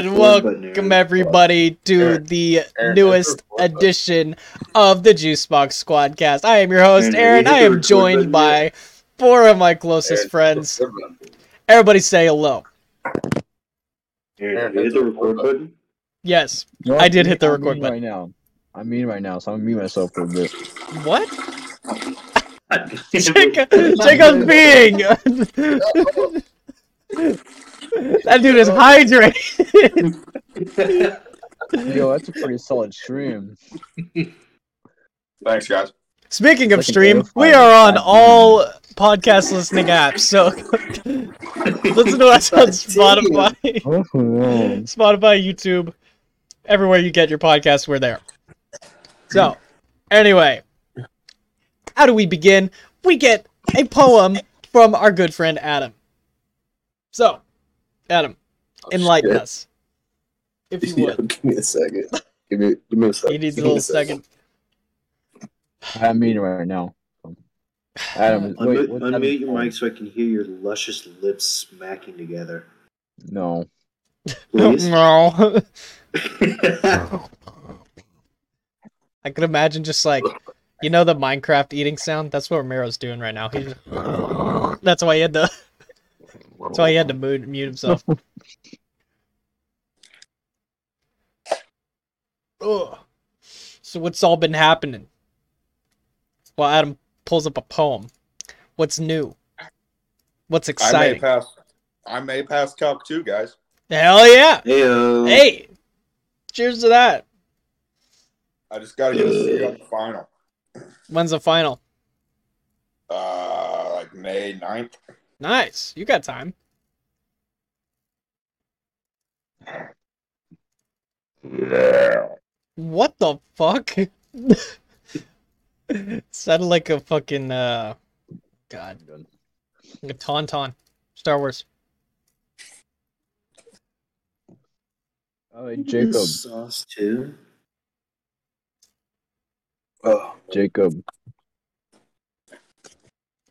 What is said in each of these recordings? Welcome everybody to Aaron- the Aaron, newest Aaron, Aaron. edition of the Juicebox Squadcast. I am your host, Aaron. Aaron, you hit I the am record joined button by four of my closest Aaron, friends. Aaron, Everybody say hello. Aaron, Aaron, hit the record button. Yes. You know I what? did hit the I'm record mean button. right now. I'm mean right now, so I'm gonna mute myself for a bit. What? Jacob- Jacob's Jacob being. that dude is hydrating. Yo, that's a pretty solid stream. Thanks, guys. Speaking of Looking stream, terrifying. we are on all podcast listening apps, so listen to us on Spotify. Oh, no. Spotify, YouTube, everywhere you get your podcasts, we're there. So, anyway, how do we begin? We get a poem from our good friend Adam. So, Adam, enlighten shit. us. If you Yeah, would. give me a second. Give me, give me a second. He needs a Give me little second. I'm mean right now. Adam, wait, Unmute, what time unmute is your it? mic so I can hear your luscious lips smacking together. No. Please. No. I could imagine just like, you know, the Minecraft eating sound? That's what Romero's doing right now. He's that's why he had to. That's why he had to mute, mute himself. Ugh. So what's all been happening? Well, Adam pulls up a poem. What's new? What's I may exciting? pass. I may pass calc two, guys. Hell yeah! Heyo. Hey, cheers to that. I just got to get a C on the final. When's the final? Uh, like May 9th. Nice. You got time. Yeah. What the fuck? Sounded like a fucking uh, God, a tauntaun, Star Wars. Oh, hey, Jacob, Sauce too. Oh, Jacob,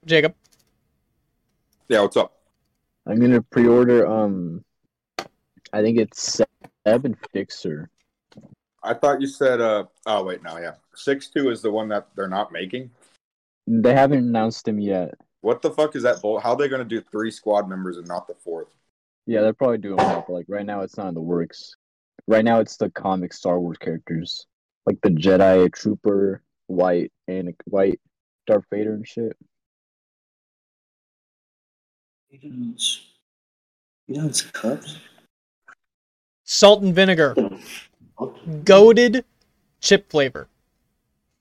Jacob, Yeah. What's up? I'm gonna pre-order. Um, I think it's Seven Fixer. I thought you said. Uh. Oh wait. No. Yeah. Six two is the one that they're not making. They haven't announced him yet. What the fuck is that? Bull? How are they going to do three squad members and not the fourth? Yeah, they're probably doing that, but like right now, it's not in the works. Right now, it's the comic Star Wars characters, like the Jedi Trooper, White, and White, Darth Vader, and shit. You know it's- you know it's cups. salt and vinegar, goaded chip flavor.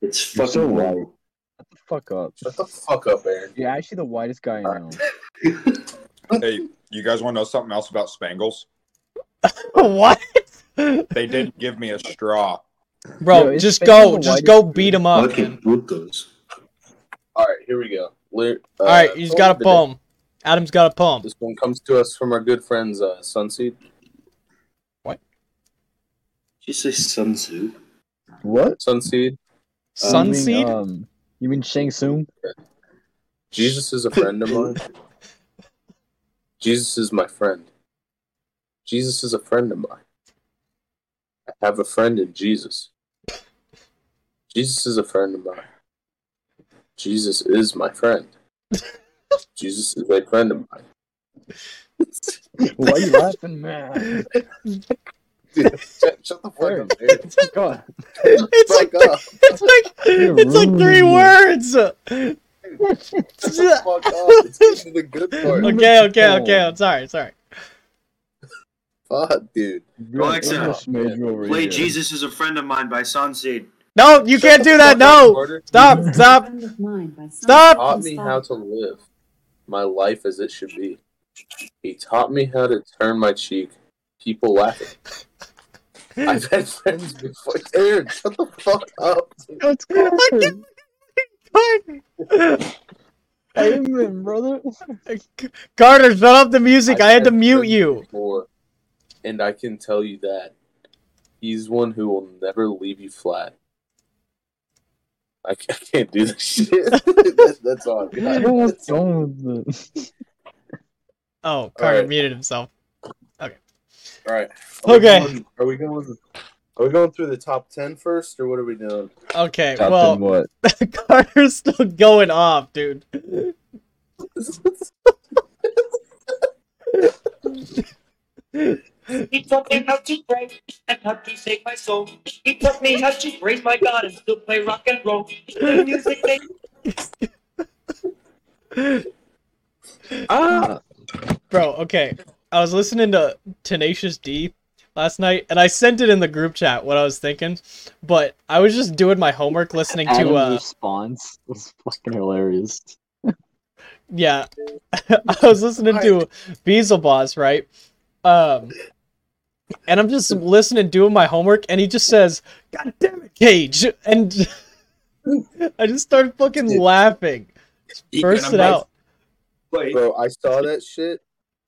It's You're fucking so right. wrong. Shut the fuck up. shut the fuck up, Aaron. You're actually the whitest guy I know. Hey, you guys want to know something else about Spangles? what, They didn't give me a straw. bro? Yo, it's just basically go, the just whitest go food. beat him up. Fucking brutos. All right, here we go. Ly- uh, All right, he's got a today. poem. Adam's got a poem. This one comes to us from our good friends, uh, Sunseed. Did you say Sun Tzu? What? Sunseed, You mean, Sunseed. um, you mean Shang Tsung? Jesus is a friend of mine. Jesus is my friend. Jesus is a friend of mine. I have a friend in Jesus. Jesus is a friend of mine. Jesus is my friend. Jesus is a friend of mine. Why are you laughing, man? Shut, shut the Where? up, dude. God. it's like Fuck up. it's like You're it's like three rude. words. Shut the fuck up. It's getting to the good part. Like- Okay, okay, okay. I'm sorry, sorry. Fuck, dude. You're an Alexa, English major over Play here. Jesus is a friend of mine by Sunseed. No, you Shut can't the do that. fuck up, No, Carter. stop, stop. Stop! taught me how to live my life as it should be. He taught me how to turn my cheek. People laughing. I've had friends before. Aaron, shut the fuck up. That's Oh good. Amen, brother. Carter, shut up the music. I had to I've mute friends you. before, and I can tell you that he's one who will never leave you flat. I ca- I can't do this shit. That- that's all. I've I got. don't want to go with it. Oh, Carter right. muted himself. Okay. All right. Are we Okay. going- are we going? Are we going through the top ten first, or what are we doing? Okay, Top well, ten what? Carter's still going off, dude. He taught me how to pray and how to save my soul. He taught me how to praise my God and still play rock and roll. The music they Ah, Bro, okay. I was listening to Tenacious D last night, and I sent it in the group chat what I was thinking, but I was just doing my homework listening to, Adam's uh, response was fucking hilarious. yeah. I was listening to Beelzebuzz, right? Um, and I'm just listening, doing my homework, and he just says, God damn it, Cage! And I just started fucking laughing. Burst it out. Plate. Bro, I saw that shit.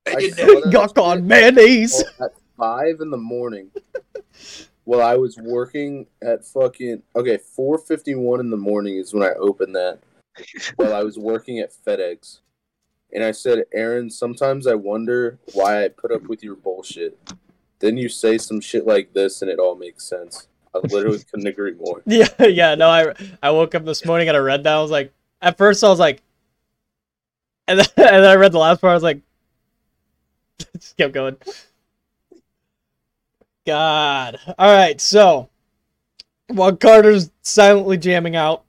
I didn't saw that Yuck on mayonnaise! shit at five in the morning. While I was working at fucking okay, four fifty one in the morning is when I opened that. While I was working at FedEx, and I said, Aaron, sometimes I wonder why I put up with your bullshit. Then you say some shit like this, and it all makes sense. I literally couldn't agree more. Yeah, yeah, no, I I woke up this morning and I read that. I was like, at first I was like, and then, and then I read the last part. I was like, just kept going. God. All right, so while Carter's silently jamming out,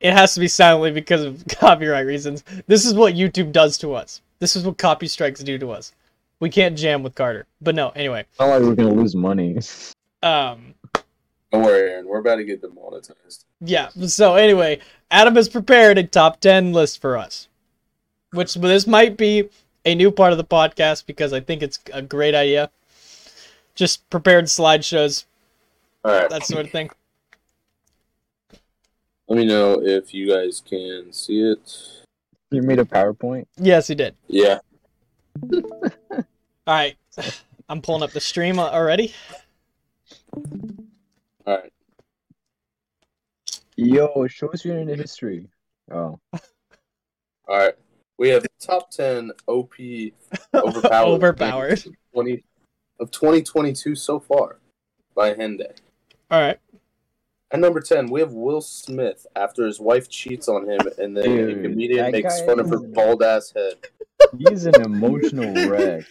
it has to be silently because of copyright reasons. This is what YouTube does to us. This is what copy strikes do to us. We can't jam with Carter. But no, anyway. Not like we're gonna lose money. Um. Don't worry, Aaron. We're about to get demonetized. Yeah. So anyway, Adam has prepared a top ten list for us, which this might be a new part of the podcast because I think it's a great idea. Just prepared slideshows, All right. that sort of thing. Let me know if you guys can see it. you made a PowerPoint. Yes, he did. Yeah. All right, I'm pulling up the stream al- already. All right. Yo, show us your internet history. Oh, All right. We have top 10 OP overpowered. Overpowered. 20, of 2022 so far by Hende. All right. At number 10, we have Will Smith after his wife cheats on him and then a Dude, comedian that makes guy fun of her is- bald ass head. he's an emotional wreck.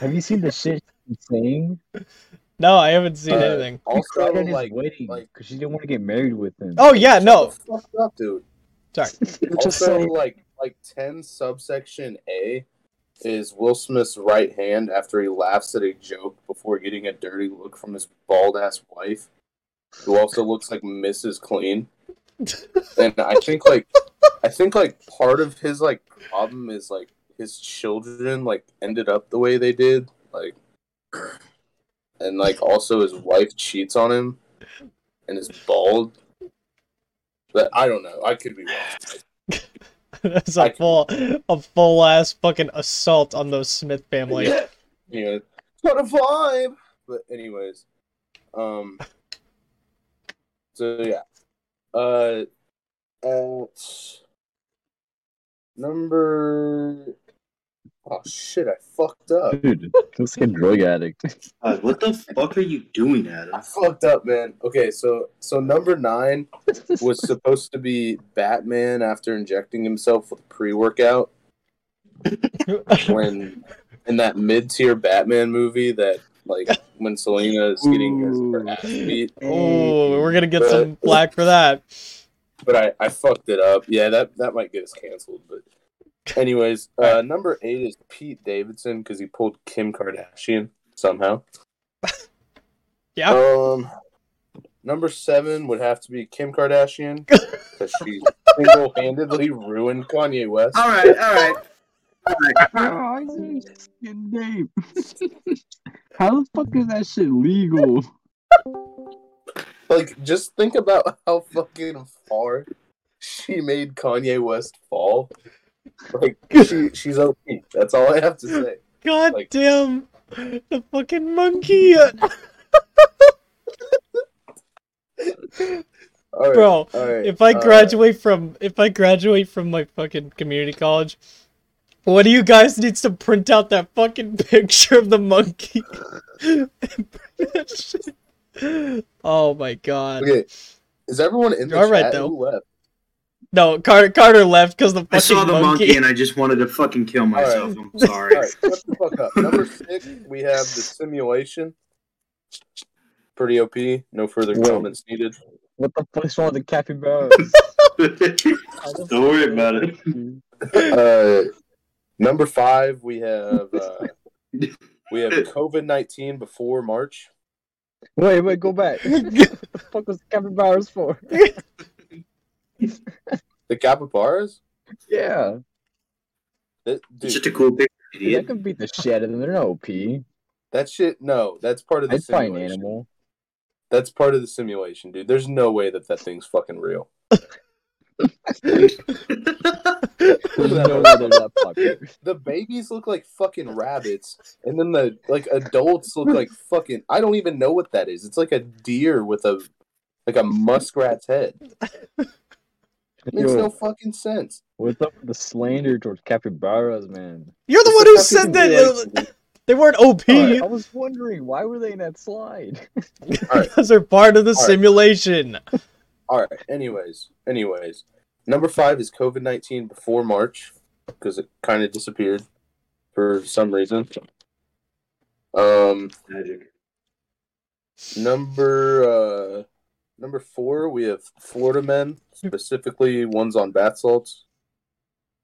Have you seen the shit he's saying? No, I haven't seen Uh, anything. He Also, cried at his like, wedding because like- she didn't want to get married with him. Oh yeah, no. fuck up, dude. Sorry. also, like like ten subsection A is Will Smith's right hand after he laughs at a joke before getting a dirty look from his bald ass wife, who also looks like Mrs. Clean. and I think like I think like part of his like problem is like his children like ended up the way they did, like and like also his wife cheats on him and is bald. But I don't know. I could be wrong. That's a full, a full ass fucking assault on those Smith family. Yeah. yeah. What a vibe. But anyways. Um so yeah. Uh at number Oh shit, I fucked up. dude, looks like a drug addict. God, Uh, what the fuck are you doing, Adam? I fucked up, man. Okay, so so number nine was supposed to be Batman after injecting himself with pre workout when in that mid tier Batman movie that like when Selena is getting her ass beat. Oh, we're gonna get But- some flack for that. but I, I fucked it up. Yeah, that that might get us canceled. But anyways, uh, number eight is Pete Davidson because he pulled Kim Kardashian somehow. Yeah. Um, number seven would have to be Kim Kardashian because she single-handedly ruined Kanye West. All right, all right. How the fuck is that shit legal? Like, just think about how fucking far she made Kanye West fall. Like, she, she's OP. That's all I have to say. God Like- damn the fucking monkey, All right. bro. All right. If I uh, graduate from if I graduate from my fucking community college, One of you guys needs to print out that fucking picture of the monkey. And print that shit. oh my god. Okay. Is everyone in the You're all right, chat? though. Who left? No, Carter, Carter left because the fucking I saw the monkey. monkey. and I just wanted to fucking kill right. myself. I'm sorry. All right, shut the fuck up. Number six, we have the simulation. Pretty OP. No further Wait. comments needed. What the fuck's wrong with the capybaras? Don't worry about it. Uh, number five, we have uh, we have COVID nineteen before March. wait, wait, go back. what the fuck was the capybaras for? The capybaras, Yeah, that, It's dude, just a cool picture. that Idiot. could beat the shit out of them. They're not OP. that shit. No, that's part of the I'd find an simulation. animal. That's part of the simulation, dude. There's no way that that thing's fucking real. There's no way they're that popular. The babies look like fucking rabbits, and then the like adults look like fucking. I don't even know what that is. It's like a deer with a like a muskrat's head. It makes Yo, no fucking sense. what's up with the slander towards capybaras, man? You're the It's one a who fucking said that simulation, dude. they weren't OP. I, I was wondering why were they in that slide? Because they're part of the All right. simulation. All right. Anyways, anyways, number five is COVID nineteen before March because it kind of disappeared for some reason. Um, Magic. number uh, number four, we have Florida men, specifically ones on bath salts.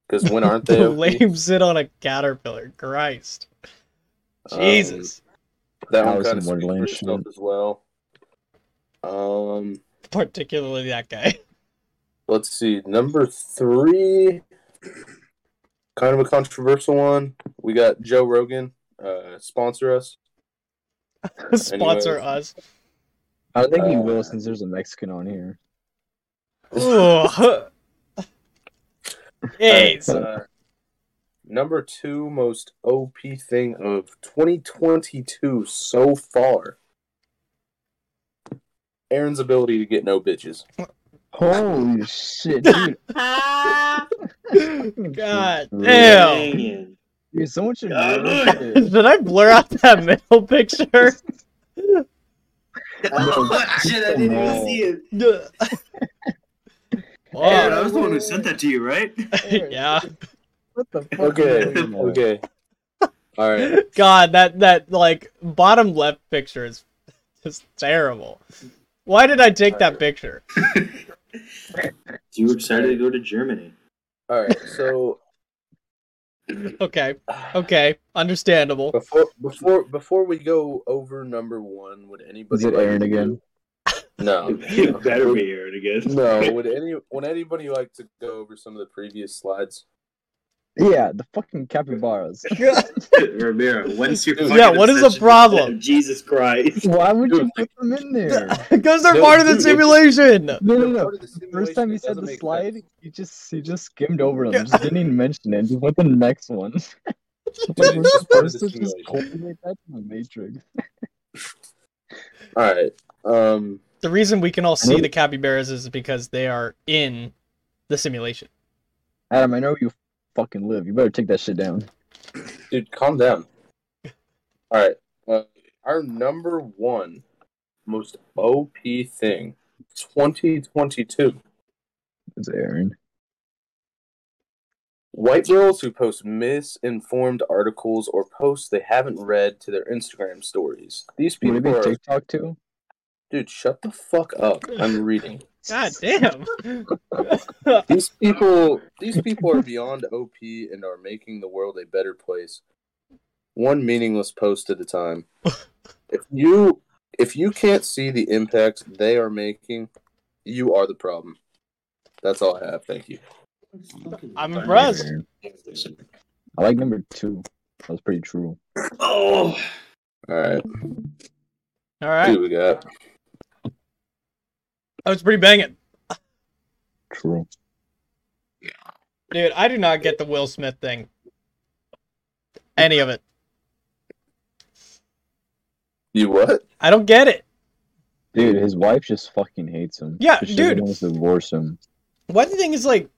Because when aren't they? okay? Blames it on a caterpillar. Christ. Um, Jesus. that one Alice kind in of speaks for Wonderland itself shit. as well. Um, Particularly that guy. let's see. Number three, kind of a controversial one. We got Joe Rogan uh, sponsor us. Sponsor us. I think he Uh, will since there's a Mexican on here. Ooh. hey, so- Uh, number two most OP thing of 2022 so far. Aaron's ability to get no bitches. Holy shit, dude! God Really? damn. Dang Dude, someone should. God really damn. shit. Did I blur out that middle picture? it. Oh, shit, I didn't even see it. Ugh. Aaron, Wow. I was the one who sent that to you, right? yeah. What the fuck? Okay, is going on? okay. All right. God, that that like bottom left picture is just terrible. Why did I take that picture? You were excited to go to Germany. All right. So Okay, okay, understandable. before before before we go over number 1, would anybody Is it like Aaron to- again? No. You better be here again. No, would any would anybody like to go over some of the previous slides? Yeah, the fucking capybaras. Ramiro, when's your Yeah, fucking what is the obsession with problem? them? Jesus Christ. Why would you Dude. put them in there? Because they're No, part of the dude, simulation. No, no, They're no. part of the First simulation, time it you said doesn't the make slide, sense. you just you just skimmed over them. Just didn't even mention it. Just went to the next one. like it's we're just part of supposed the to just simulation. coordinate that in the matrix. All right. Um The reason we can all see Really? the capybaras is because they are in the simulation. Adam, I know where you fucking live. You better take that shit down. Dude, calm down. All right. Uh, our number one most OP thing 2022 It's Aaron. white girls who post misinformed articles or posts they haven't read to their Instagram stories. These Would it people be are. TikTok too? Dude, shut the fuck up. I'm reading. God damn. These people these people are beyond OP and are making the world a better place. One meaningless post at a time. If you if you can't see the impact they are making, you are the problem. That's all I have. Thank you. I'm impressed. Aaron. I like number two. That was pretty true. Oh, All All right. Who right, do we got? that was pretty banging, True. dude. I do not get the Will Smith thing. Any of it. You what? I don't get it. Dude, his wife just fucking hates him. Yeah, she dude. Wants to divorce him. One thing is like,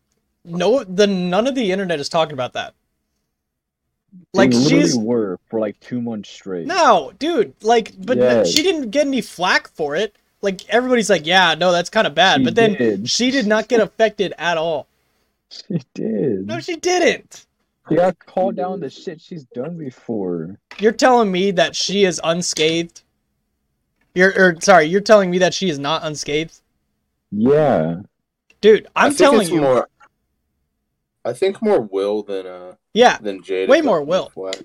no, the none of the internet is talking about that. Like they literally she's were for like two months straight. no, dude. Like, but Yeah. she didn't get any flack for it. Like everybody's like, yeah, no, that's kind of bad. She but then did. she did not get affected at all. She did. No, she didn't. she got called down the shit she's done before. You're telling me that she is unscathed. You're or, sorry. You're telling me that she is not unscathed, Yeah. dude. I I'm think telling it's you. More, I think more Will than uh yeah, than Jada. Way got more me Will. flack.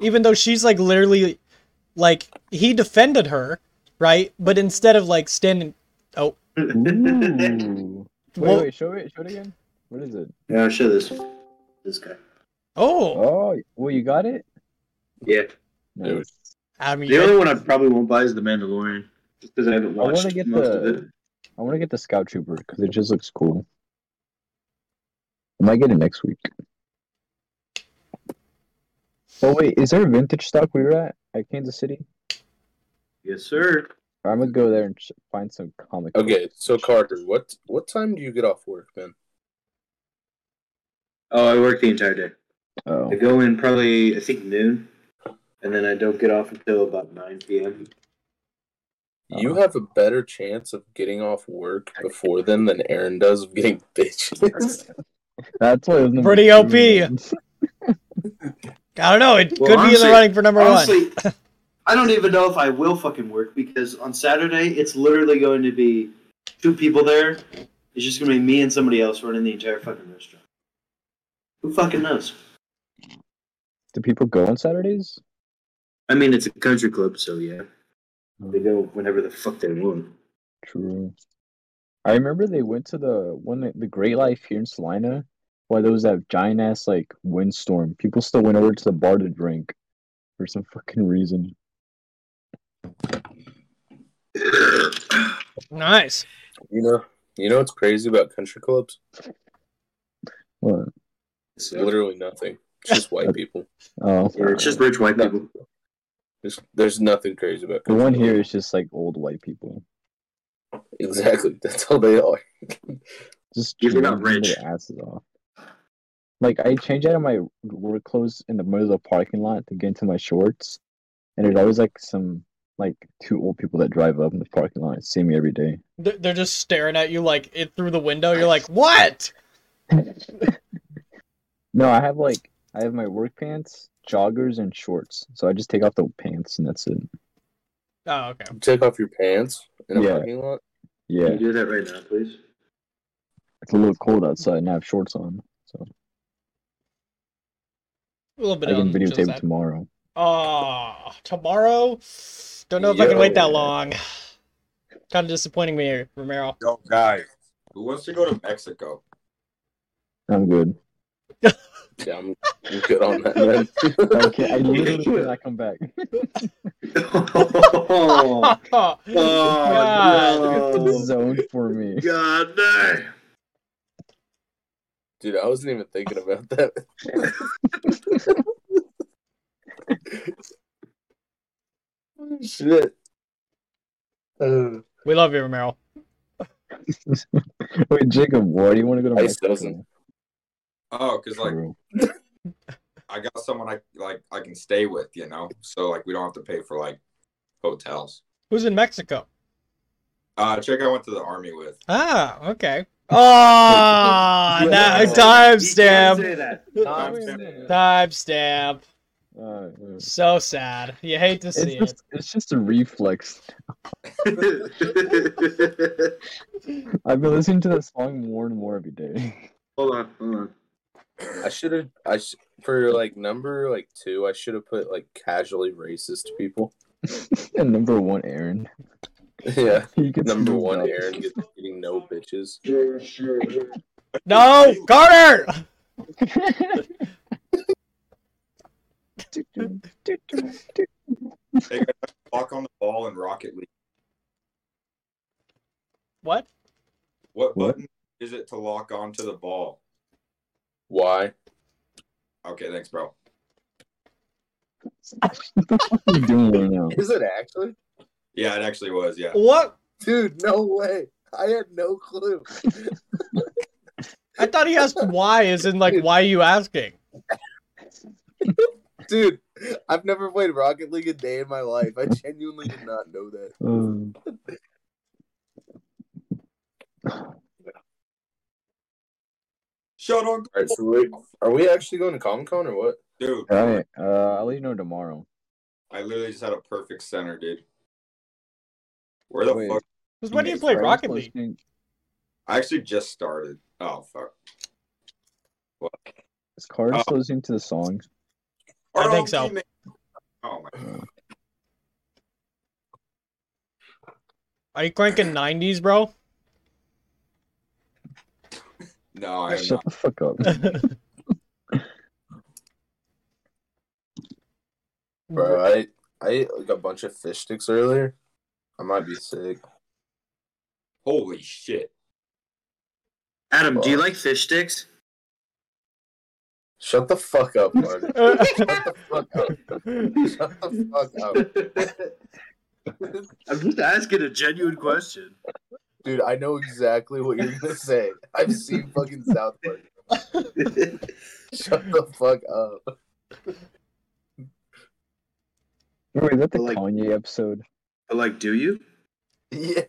even though she's like literally, like he defended her, right? But instead of like standing, Ooh. Well- wait, wait, show it, show it again. What is it? Yeah, I'll show this. This guy. oh, Oh, well, you got it. Yeah. Dude. Nice. I mean, The only one I probably won't buy is The Mandalorian. Just because I haven't I wanna watched get most the- of it. I want to get the scout trooper because it just looks cool. I might get it next week. Oh wait, is there a vintage stock we were at at Kansas City? Yes, sir. I'm gonna go there and ch- find some comic. Okay, so Carter, what what time do you get off work, man? Oh, I work the entire day. Oh, I go in probably I think noon, and then I don't get off until about nine p.m. You Uh-huh. have a better chance of getting off work before then than Aaron does of getting bitches. that's what. it was number Pretty two, OP. man. I don't know. It could Well, be in honestly- the running for number one. Honestly, I don't even know if I will fucking work because on Saturday it's literally going to be two people there. It's just gonna be me and somebody else running the entire fucking restaurant. Who fucking knows? Do people go on Saturdays? I mean, it's a country club, so yeah, they go whenever the fuck they want. True. I remember they went to the one that- the Great Life here in Salina, where there was that giant ass like windstorm. People still went over to the bar to drink for some fucking reason. Nice. you know, you know what's crazy about country clubs? What? It's literally nothing. It's just white people. Oh, Yeah, it's just rich white people. There's, there's nothing crazy about the country one clubs. here is just like old white people, Exactly. That's all they are. just If you're not drinking rich. their asses off. Like I change out of my work clothes in the middle of the parking lot to get into my shorts, and there's always like some like two old people that drive up in the parking lot and see me every day. They're they're just staring at you like it through the window. You're like, what? No, I have like I have my work pants, joggers, and shorts. So I just take off the pants and that's it. Oh, okay. You take off your pants in a Yeah. parking lot. Can Yeah, you do that right now, please? it's a little cold outside, and I have shorts on, so A little bit I on um, can the chill videotape it side. tomorrow. Ah, tomorrow. Don't know if I can wait that Yo. long. Kind of disappointing me, here, Romero. Yo, guys, who wants to go to Mexico? I'm good. Yeah, I'm, I'm good on that, man. Okay, I literally cannot come back. oh, Oh, God. Zone for me. God damn. Dude, I wasn't even thinking about that. Oh, Shit. Uh, we love you, Romero. Wait, Jacob, why do you want to go to Ice Mexico? doesn't. Oh, because like True. I got someone I like I can stay with, you know. So like we don't have to pay for like hotels. Who's in Mexico? Uh, chick I went to the army with. Ah, okay. Ah, that timestamp. Say that. Nah, I'm- Timestamp. uh, it's So sad. You hate to see it. just it's just a reflex. I've been listening to that song more and more every day. hold on, hold on. I should have. I sh- for like number like two. I should have put like casually racist people. and number one, Aaron. yeah, You can see number the one, dubs. Aaron gets getting no bitches. No, Carter. Walk on the ball in Rocket League. What? What, What? button is it to lock onto the ball? Why? Okay, thanks, bro. What the fuck are you doing right now? Is it actually? Yeah, it actually was. Yeah. What? Dude, no way. I had no clue. I thought he asked why, as in like, why are you asking? Dude, I've never played Rocket League a day in my life. I genuinely did not know that. Um, Shut on, All right, so wait, are we actually going to Comic Con or what? dude. all right. Uh, I'll let you know tomorrow. I literally just had a perfect center, dude. Where the Wait. fuck? Because when do you Yeah, play Right, Rocket I'm League? posting- I actually just started. Oh fuck. What? Is Cars Oh. listening to the song? I think so. RLG, man. Oh my. Are you cranking 90s, bro? No, I am Shut not. the fuck up. Bro, I I ate like a bunch of fish sticks earlier. I might be sick. Holy shit. Adam, do you like fish sticks? Shut the fuck up, Marty. Shut the fuck up. Shut the fuck up, I'm just asking a genuine question. dude. I know exactly what you're gonna say. I've seen fucking South Park. Shut the fuck up. Wait, is that the Like- Kanye episode? But like, do you? Yeah.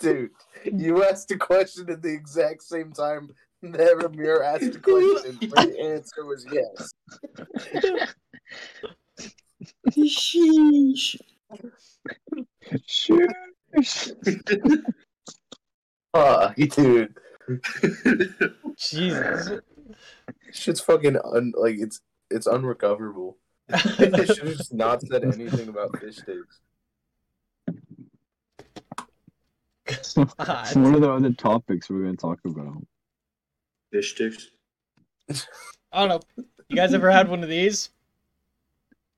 Dude, you asked a question at the exact same time that Ramir asked a question. but The answer was yes. Sheesh. Sure. Fuck, dude. Jesus. Shit's fucking un- like it's it's unrecoverable. I should have just not said anything about fish sticks. it's one of the other topics we're gonna talk about. Fish sticks. I don't know. You guys ever had one of these?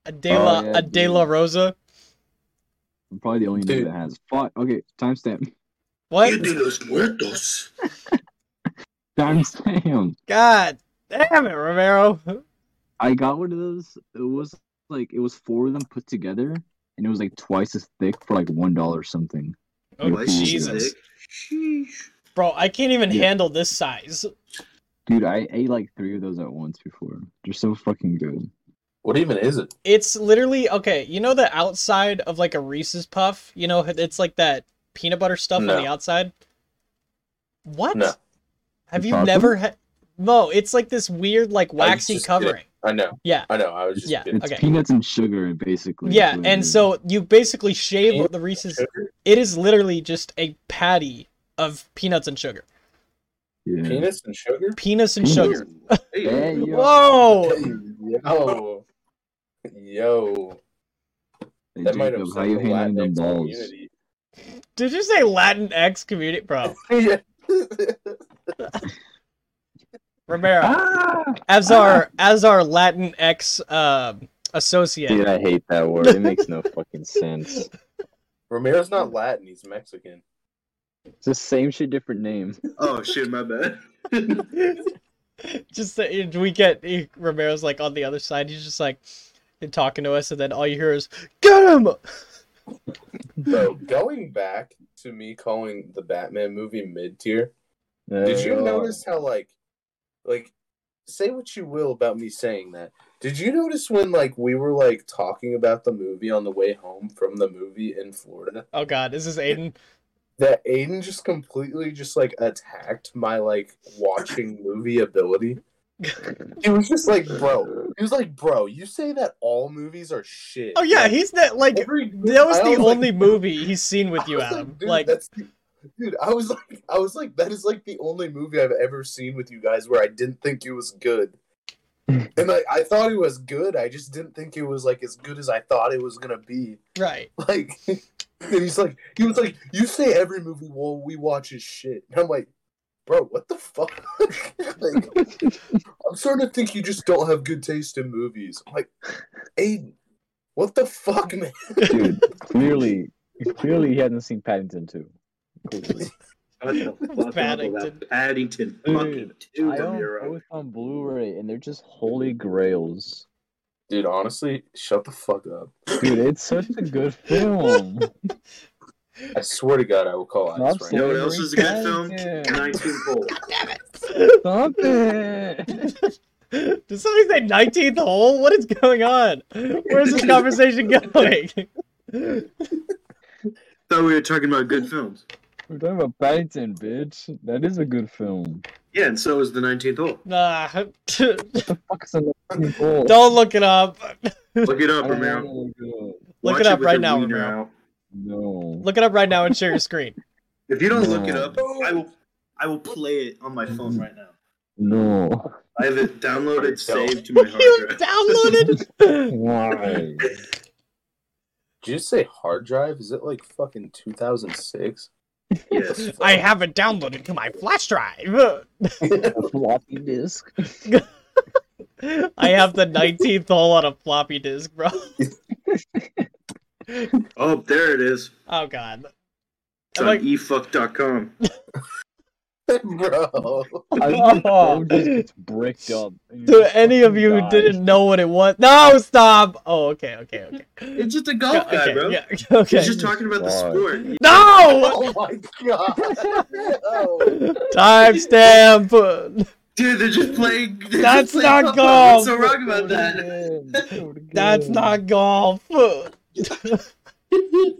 A De Oh, La yeah, a De La dude. Rosa? I'm probably the only dude Dude. that has. Fuck. Okay. Timestamp. What? de los muertos. Timestamp. God damn it, Romero. I got one of those. It was like it was four of them put together, and it was like twice as thick for like one dollar something. Oh Like, Jesus. Stick. Sheesh. Bro, I can't even Yeah. handle this size. Dude, I ate like three of those at once before. They're so fucking good. What even is it? It's literally okay, you know the outside of like a Reese's puff? You know it's like that peanut butter stuff No. on the outside? What? No. Have you Chocolate? never had No, it's like this weird like waxy just did it. covering. I know. Yeah. I know. I was just Yeah. kidding. It's Okay. peanuts and sugar, basically. Yeah, That's what it and is. so you basically shave the Reese's. It is literally just a patty of peanuts and sugar. yeah. Penis and sugar? Peanuts and Peanuts. sugar. Hey, yo. Whoa! Yo. Yo. Hey, That might Jacob, have how you handling them balls? Did you say Latin X community, bro? Romero, Ah! as our as our Latin X um, associate. Dude, I hate that word. It makes no fucking sense. Romero's not Latin, he's Mexican. It's the same shit, different name. Oh shit, my bad. Just that we get Romero's like on the other side. He's just like talking to us, and then all you hear is "Get him!" Bro, going back to me calling the Batman movie mid tier, did you Uh, notice how like like say what you will about me saying that. Did you notice when like we were like talking about the movie on the way home from the movie in Florida Oh God, is this Aiden? that Aiden just completely just like attacked my like watching movie ability? It was just like, bro. He was like, bro, you say that all movies are shit. Oh yeah, Like, he's that like every- that was I the was like- only movie he's seen with I you, was Adam. dude, Like, that's the- dude, I was like, I was like, that is like the only movie I've ever seen with you guys where I didn't think it was good. and like, I thought it was good. I just didn't think it was like as good as I thought it was gonna be. right. Like, and he's like, he was like, you say every movie well, we watch is shit. And I'm like, bro, what the fuck? like, I'm starting to think you just don't have good taste in movies. I'm like, Aiden, what the fuck, man? dude, clearly, clearly he hasn't seen Paddington too. Shut the fuck up about Paddington. Paddington fucking Dude, two I own Ramiro. both on Blu-ray, and they're just holy grails. Dude, honestly, shut the fuck up. Dude, it's such a good film. I swear to God, I will call Stop Alex right saying You know what else is a good film? Paddington. 19 Cold. Stop it. Did somebody say 19th hole? What is going on? Where's this conversation going? Thought we were talking about good films. We're talking about Paddington, bitch. That is a good film. Yeah, and so is the 19th hole. Nah. What the fuck is a fucking goal? Don't look it up. Look it I up, don't Romero. wanna look it up. Look Watch it up with right your now, wiener Romero. out. No. Look it up right now and share your screen. If you don't look it No. up, I will. I will play it on my phone right now. No. I have it downloaded, saved to my hard you drive. downloaded? Why? Did you say hard drive? Is it like fucking 2006? Yes. I have it downloaded to my flash drive. Floppy disk. I have the 19th hole on a floppy disk, bro. Oh, there it is. Oh god. It's I'm on like- efuck.com. Bro. Oh, just gets bricked up. and you To just any of fucking you die. who didn't know what it was, no, stop. Oh, okay, okay, okay. It's just a golf guy, okay, bro. yeah, okay. He's just talking about the God. sport. no! Oh my god. No. Timestamp. Dude, they're just playing. they're That's just playing not golf. golf. What's so wrong about that? Again, do it again. That's not golf. I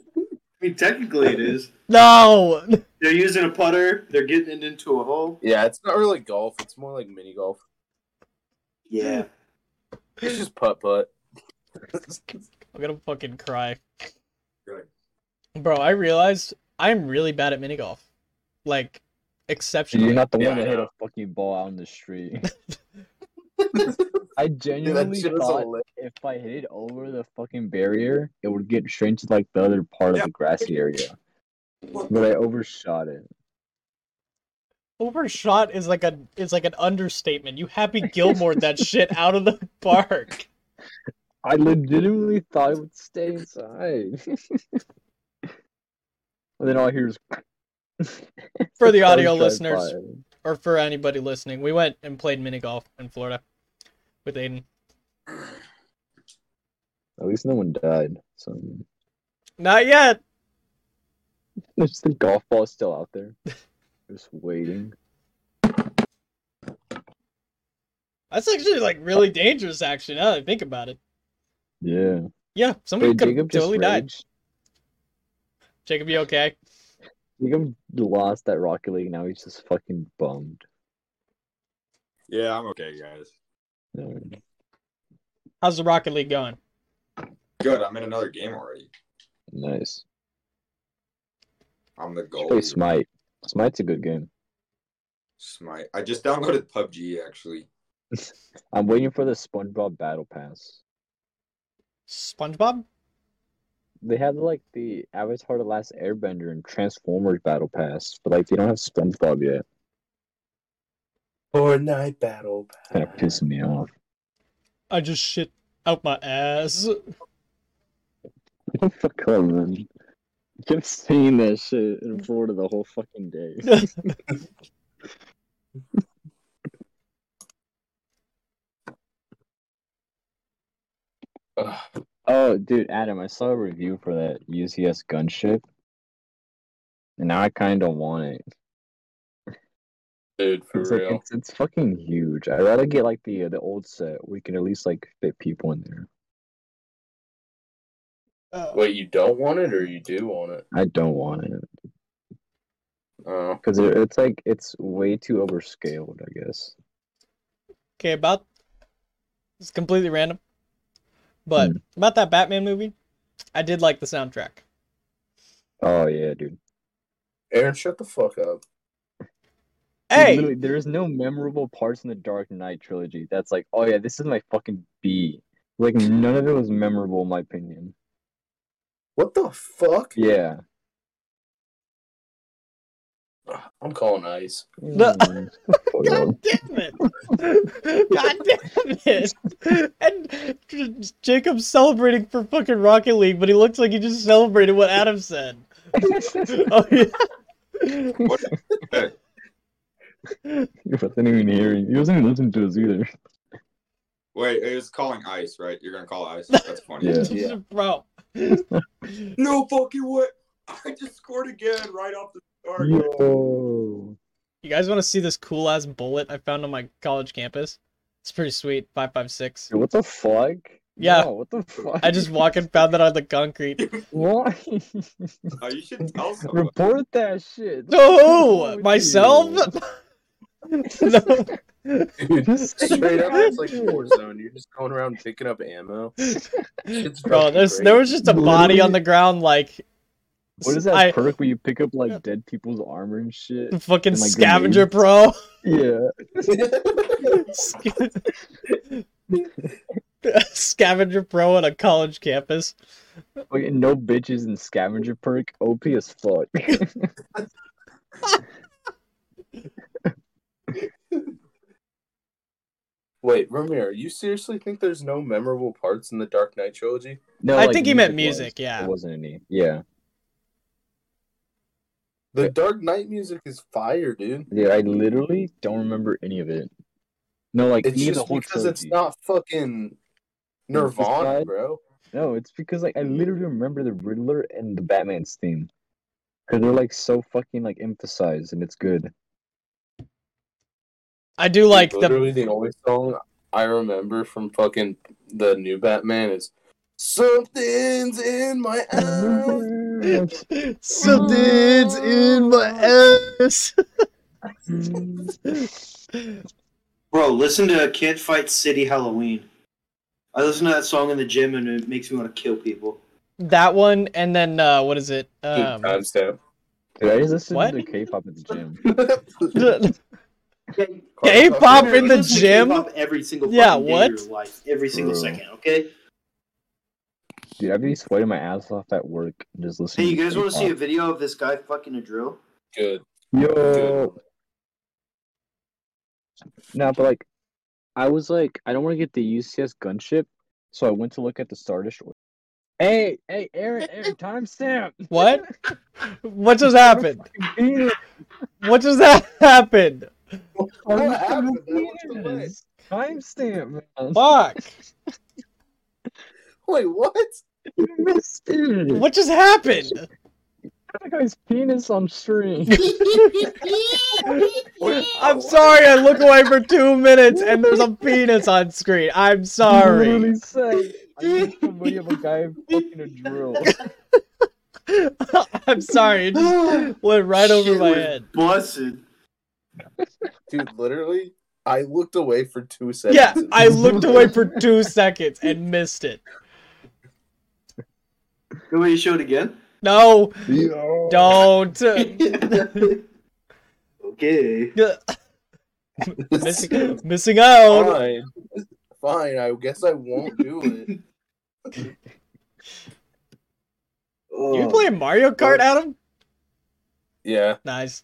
mean, technically it is. No. They're using a putter. They're getting it into a hole. Yeah, it's not really golf. It's more like mini golf. Yeah. It's just putt putt. I'm gonna fucking cry. Good. Bro, I realized I'm really bad at mini golf. Like, And you're exceptionally. not the Yeah, one I that hit know. a fucking ball out in the street. I Dude, that genuinely shit was thought a lick. if I hit it over the fucking barrier, it would get straight to like the other part of the grassy area. But I overshot it. Overshot is like a is like an understatement. You Happy Gilmore that shit out of the park. I legitimately thought it would stay inside. and then all I hear is For the cars audio drive listeners, by. or for anybody listening, we went and played mini golf in Florida with Aiden. At least no one died. So Not yet. there's the golf ball still out there, just waiting. That's actually like really dangerous action now that I think about it. Yeah. Yeah, somebody Wait, could have Jacob just totally died. raged? Jacob, you okay? Jacob lost that Rocket League. Now he's just fucking bummed. Yeah, I'm okay, guys. Yeah. How's the Rocket League going? Good. I'm in another game already. Nice. I'm the Play goal. Smite. Smite's a good game. Smite. I just downloaded PUBG actually. I'm waiting for the SpongeBob Battle Pass. SpongeBob? They have like the Avatar: The Last Airbender and Transformers Battle Pass, but like they don't have SpongeBob yet. Fortnite battle. It's kind of pissing me off. I just shit out my ass. Fuck up, man. Kept seeing that shit in Florida the whole fucking day. Ugh. oh, dude, Adam, I saw a review for that UCS gunship, and now I kind of want it. Dude, for It's like real. it's, it's fucking huge. I'd rather get like the the old set where you can at least like fit people in there. Wait, you don't want it or you do want it? I don't want it Oh. because it, it's like it's way too overscaled. I guess. Okay, about it's completely random, Hmm. but about that Batman movie, I did like the soundtrack. Oh yeah, dude. Aaron, shut the fuck up. Hey, Literally, there is no memorable parts in the Dark Knight trilogy that's like, oh yeah, this is my fucking B. Like none of it was memorable in my opinion. What the fuck? Yeah. Ugh, I'm calling ice. No. Mm, fuck off. god damn it! God damn it! And J- Jacob's celebrating for fucking Rocket League, but he looks like he just celebrated what Adam said. Oh yeah. What? He wasn't even hearing. He wasn't even listening to us either. Wait, it was calling ice, right? You're gonna call ice. That's funny. Yeah. Yeah. Bro, No fucking way. I just scored again right off the start. Yo. you guys want to see this cool ass bullet I found on my college campus? It's pretty sweet. Five five six. Dude, what the fuck? Yeah. No, what the fuck? I just walked and found that on the concrete. Why? Oh, you should tell someone. Report that shit. No, myself. no. Dude, straight up, it's like Warzone. You're just going around picking up ammo. It's Bro, fucking there's great. there was just a body on the ground, like What is that I- perk where you pick up like dead people's armor and shit? fucking And, like, scavenger, bro. Yeah. scavenger pro on a college campus. Like, no bitches and scavenger perk. OP as fuck. Wait, Ramir, you seriously think there's no memorable parts in the Dark Knight trilogy? No, I like, think he meant music, music-wise, yeah. It wasn't any. Yeah. The Dark Knight music is fire, dude. Dude, I literally don't remember any of it. No, like It's any of the just whole because it's trilogy. not fucking Nirvana, Suicide? bro. No, it's because like I literally remember the Riddler and the Batman's theme. Cause they're like so fucking like emphasized and it's good. I do like the literally the only song I remember from fucking the new Batman is "Something's in My Eyes." Something's in my ass. Bro, listen to Can't Fight City Halloween. I listen to that song in the gym and it makes me want to kill people. That one, and then uh, what is it? Um, Timestamp. Dude, I just listened What? to K-pop at the gym. K-pop in the Listen to gym. K-pop Every single Yeah, fucking day what? of your life, every single Bro. second, okay? Dude, I'd be sweating my ass off at work and just Hey, listening. you guys want to see a K-pop. video of this guy fucking a drill? Good. Yo. No, but like, I was like, I don't want to get the UCS gunship, so I went to look at the Star Destroyer. Hey, hey, Aaron, Aaron, timestamp. What? What just happened? Venus, What just that happened? I'm What not happened? gonna What's the Venus. Timestamp, man. Fuck! Wait, what? You missed it. What just happened? That guy's penis on stream. I'm sorry. I look away for two minutes and there's a penis on screen. I'm You sorry. literally said, I missed the video of a guy fucking a drill. I'm sorry. It just went right over Shit my was head. Busted. Dude, literally, I looked away for two seconds. Yeah, I looked away for two seconds and missed it. Can we show it again? No, Yo. don't. okay. missing, missing out. Fine. Fine, I guess I won't do it. You Oh, playing Mario Kart, Adam? Yeah. Nice.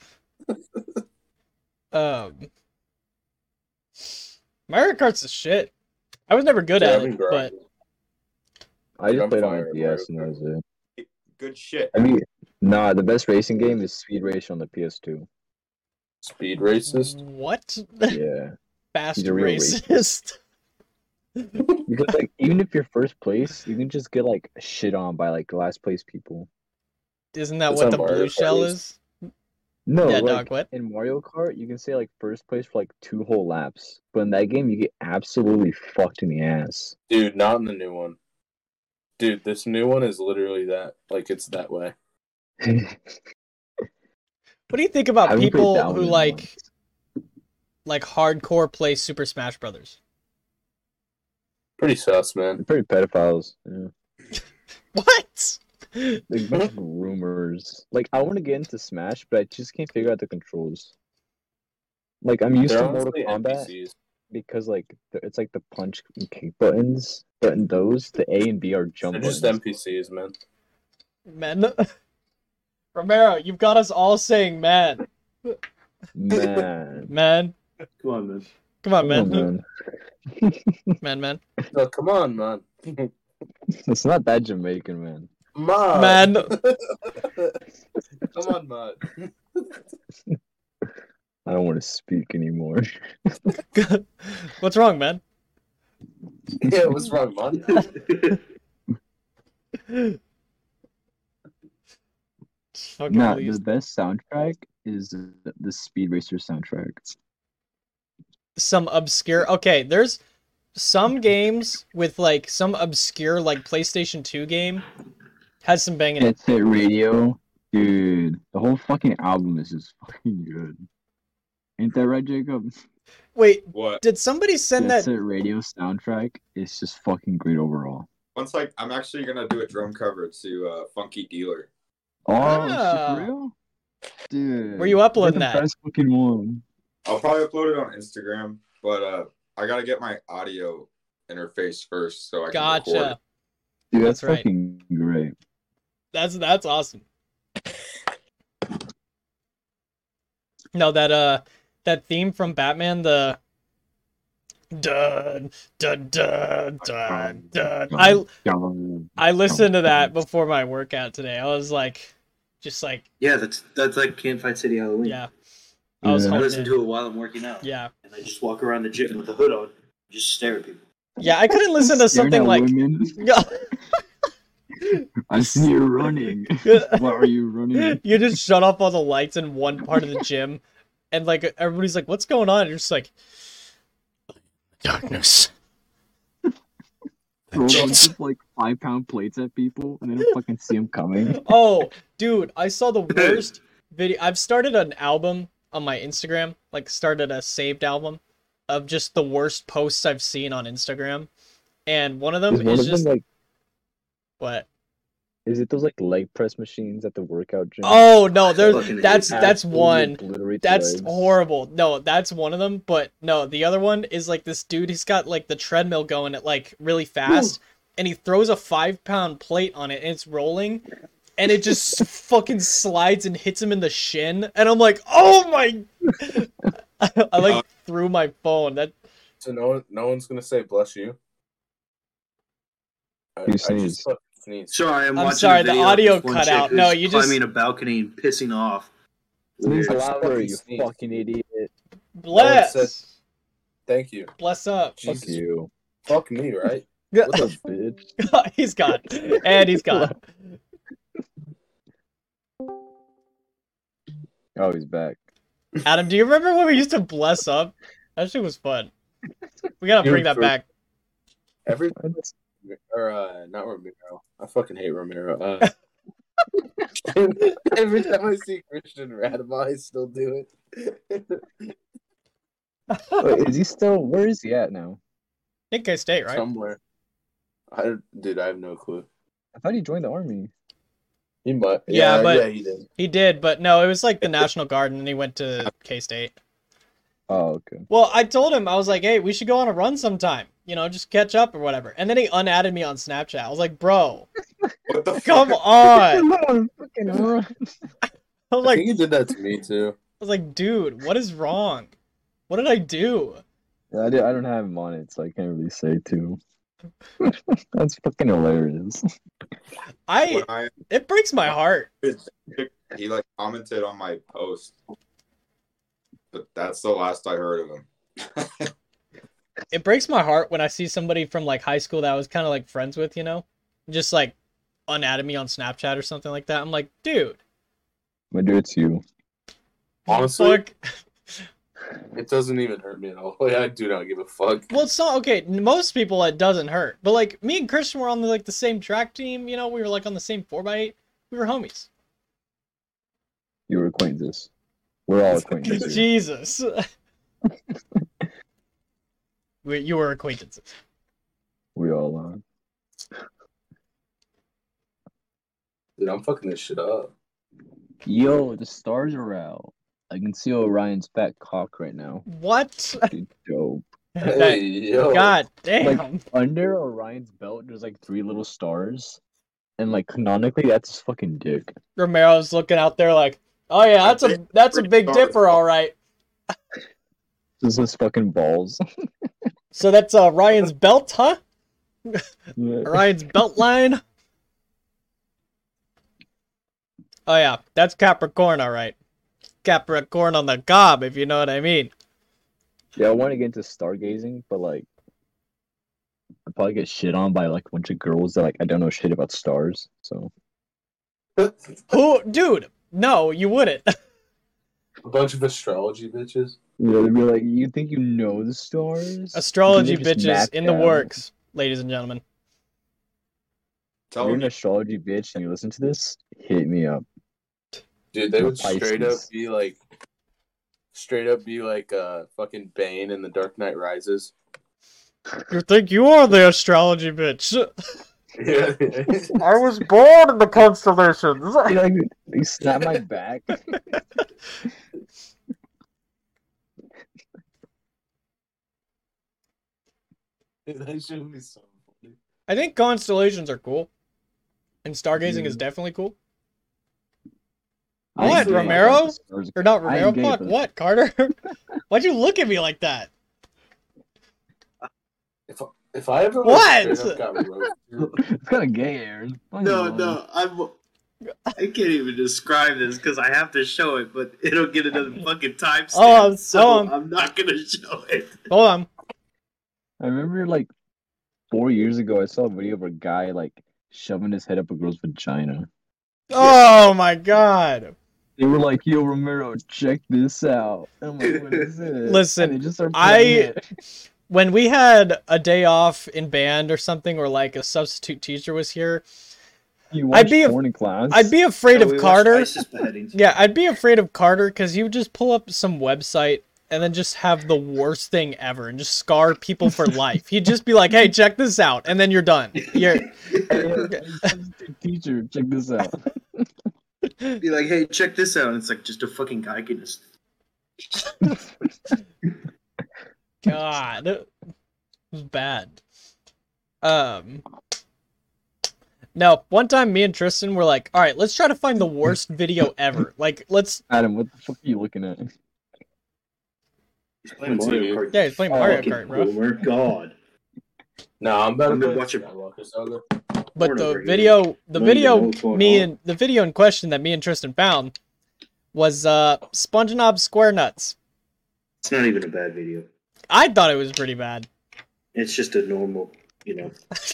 Um, Mario Kart's the shit. I was never good yeah, at I've been it, but grinding. I just I'm played on fired, my DS and that was it. Good shit. I mean, nah, the best racing game is Speed Racer on the PS2. Speed racist. what Yeah. fast He's a real racist? because, like, even if you're first place, you can just get, like, shit on by, like, last place people. Isn't that It's what the not Mario blue Kart, shell it's- is? No, yeah, like, dog. What? in Mario Kart, you can say, like, first place for, like, two whole laps. But in that game, you get absolutely fucked in the ass. Dude, not in the new one. Dude, this new one is literally that. Like, it's that way. What do you think about Haven't played people that who one in like months. like hardcore play Super Smash Brothers? Pretty sus, man. They're pretty pedophiles. Yeah. What? Like, bunch of rumors. Like I want to get into Smash, but I just can't figure out the controls. Like I'm used They're to Mortal honestly Kombat NPCs. because like the, it's like the punch and kick buttons, but in those the A and B are jump They're buttons. just NPCs, man. Men. Romero, you've got us all saying man. Man. Man. Come on, man. Come on, Come man. on, man. Man, man. No, come on, man. It's not that Jamaican, man. Uh, Mod. Man. Come on, mod. I don't want to speak anymore. What's wrong, man? Yeah, what's wrong, mod? Fucking Nah, please. the best soundtrack is the, the Speed Racer soundtrack. some obscure. Okay, there's some games with like some obscure like PlayStation 2 game has some banging. in it. Headset radio, dude. The whole fucking album is just fucking good. Ain't that right, Jacob? Wait, What? did somebody send that? Headset radio soundtrack is just fucking great overall. Once like I'm actually gonna do a drum cover to uh, Funky Dealer. Oh, Ah. shit, for real? Dude. Were you uploading you're the that? Best fucking one. I'll probably upload it on Instagram, but uh, I gotta get my audio interface first so I can record. Gotcha. it. Dude, that's, That's right. fucking great. That's that's awesome. No, that uh, that theme from Batman, the dun dun dun dun dun. I God. I listened to that before my workout today. I was like, just like, Yeah, that's that's like Can't Fight City Halloween. yeah. I was Yeah. I holding listen it. to it while I'm working out, Yeah, and I just walk around the gym with the hood on, and just stare at people. yeah. I couldn't listen to Staring something at like. women. I see you running. Why are you running? you just shut off all the lights in one part of the gym, and like everybody's like, "What's going on?" And you're just like, "Darkness." Throw a bunch of like five pound plates at people and they don't fucking see them coming. Oh, dude, I saw the worst video. I've started an album on my Instagram, like started a saved album of just the worst posts I've seen on Instagram, and one of them Is is, one of them Um, just like what? is it those like leg press machines at the workout gym? Oh no, there's Fucking hate that's that. that's Absolutely one. obliterate the That's legs. horrible. No, that's one of them. But no, the other one is like this dude. He's got like the treadmill going at like really fast, and he throws a five pound plate on it, and it's rolling, and it just fucking slides and hits him in the shin. And I'm like, oh my! I like threw my phone. That So no one, no one's gonna say bless you. I, Who sneezed? fucking sneezed. Sorry, I'm, I'm watching sorry, a the video of audio this one cut chick out. No, who's you just- climbing a balcony and pissing off. Sneeze Weird. louder, you Sneeze. fucking idiot. bless, said- Thank you. bless up. Fuck Jesus, you. fuck me, right? Yeah. What the Bitch. he's gone, and he's gone. Oh, he's back. Adam, do you remember when we used to bless up? That shit was fun. We gotta bring that back. Every or uh, not Romero. I fucking hate Romero. Uh, every time I see Christian Radamai I still do it. Wait, is he still? Where is he at now? Nick K State, right? Somewhere. I dude, I have no clue. I thought he joined the army. He might. Yeah, but- yeah, he did. He did, but no, it was like the National Guard, and then he went to K State. Oh, okay. Well, I told him I was like, "Hey, we should go on a run sometime. You know, just catch up or whatever." And then he unadded me on Snapchat. I was like, "Bro, What the fuck? come on!" I was I like, think he "I did that to me too. was like, dude, what is wrong? What did I do?" Yeah, I, did, I don't have him on it, so I can't really say too. That's fucking hilarious. I When I it breaks my heart. he like commented on my post, but that's the last I heard of him. It breaks my heart when I see somebody from like high school that I was kind of like friends with, you know, just like unadded me on Snapchat or something like that. I'm like, dude, But dude, it's you. Honestly, fuck. it doesn't even hurt me at all. Like, I do not give a fuck. Well, it's not okay. n- Most people it doesn't hurt, but like me and Christian were on the, like the same track team. You know, we were like on the same four by eight. We were homies. You were acquaintances. We're all acquaintances. here. Jesus, we, you were acquaintances. We all are. Dude, I'm fucking this shit up. Yo, the stars are out. I can see Orion's fat cock right now. What? Dude, dope. That- Hey, yo. God damn! Under Orion's belt, there's like three little stars, and like canonically, that's his fucking dick. Romero's looking out there like, oh yeah, that's a that's a big dipper, all right. This is fucking balls. So that's uh, Ryan's belt, huh? Yeah. Ryan's belt line. Oh yeah, that's Capricorn, all right. Capricorn on the gob, if you know what I mean. Yeah, I want to get into stargazing, but like, I probably get shit on by like a bunch of girls that like I don't know shit about stars. So Who, dude? No, you wouldn't. A bunch of astrology bitches. You know, they'd be like, you think you know the stars? Astrology You can just bitches map in the out- works, ladies and gentlemen. Tell Oh. you're an me, astrology bitch and you listen to this, hit me up. Dude, they would straight up Pisces. be like, straight up be like uh fucking Bane in The Dark Knight Rises. You think you are the astrology bitch? Yeah. I was born in the constellations. You're like, they snap my back. that should be so funny. I think constellations are cool, and stargazing Hmm. is definitely cool. I What, ain't gay, Romero? but the stars- Or not I Romero? am gay, Fuck but- what, Carter? Why'd you look at me like that? If I- if I ever What? straight up got roasted, It's kind of gay, Aaron. Fucking No, love. no, I'm. I can't even describe this because I have to show it, but it'll get another fucking timestamp. Oh, I'm- so oh, I'm- I'm not gonna show it. Hold on. I remember like four years ago, I saw a video of a guy like shoving his head up a girl's vagina. Oh my god. They were like, "Yo, Romero, check this out." And I'm like, "What is it?" Listen, And they just started I- playing it. When we had a day off in band or something, or like a substitute teacher was here, You I'd watch be a- porn in class. I'd be afraid So we of watched Carter. ISIS beheadings. Yeah, I'd be afraid of Carter because he would just pull up some website and then just have the worst thing ever and just scar people for life. He'd just be like, "Hey, check this out," and then you're done. You're teacher, check this out. Be like, hey, check this out. And it's like just a fucking guy getting his God, it was bad. Um, no. One time, me and Tristan were like, "All right, let's try to find the worst video ever. Like, let's Adam, what the fuck are you looking at? He's playing That's Mario it. Kart. yeah, he's playing Oh, Mario Fucking Kart, bro." boomer. God. no, I'm about I'm to gonna watch watch it. it. Skywalker Saga. But Porn over the here. video, the Don't even know video, what's going me on. and the video in question that me and Tristan found was uh SpongeBob SquareNuts. It's not even a bad video. I thought it was pretty bad. It's just a normal, you know.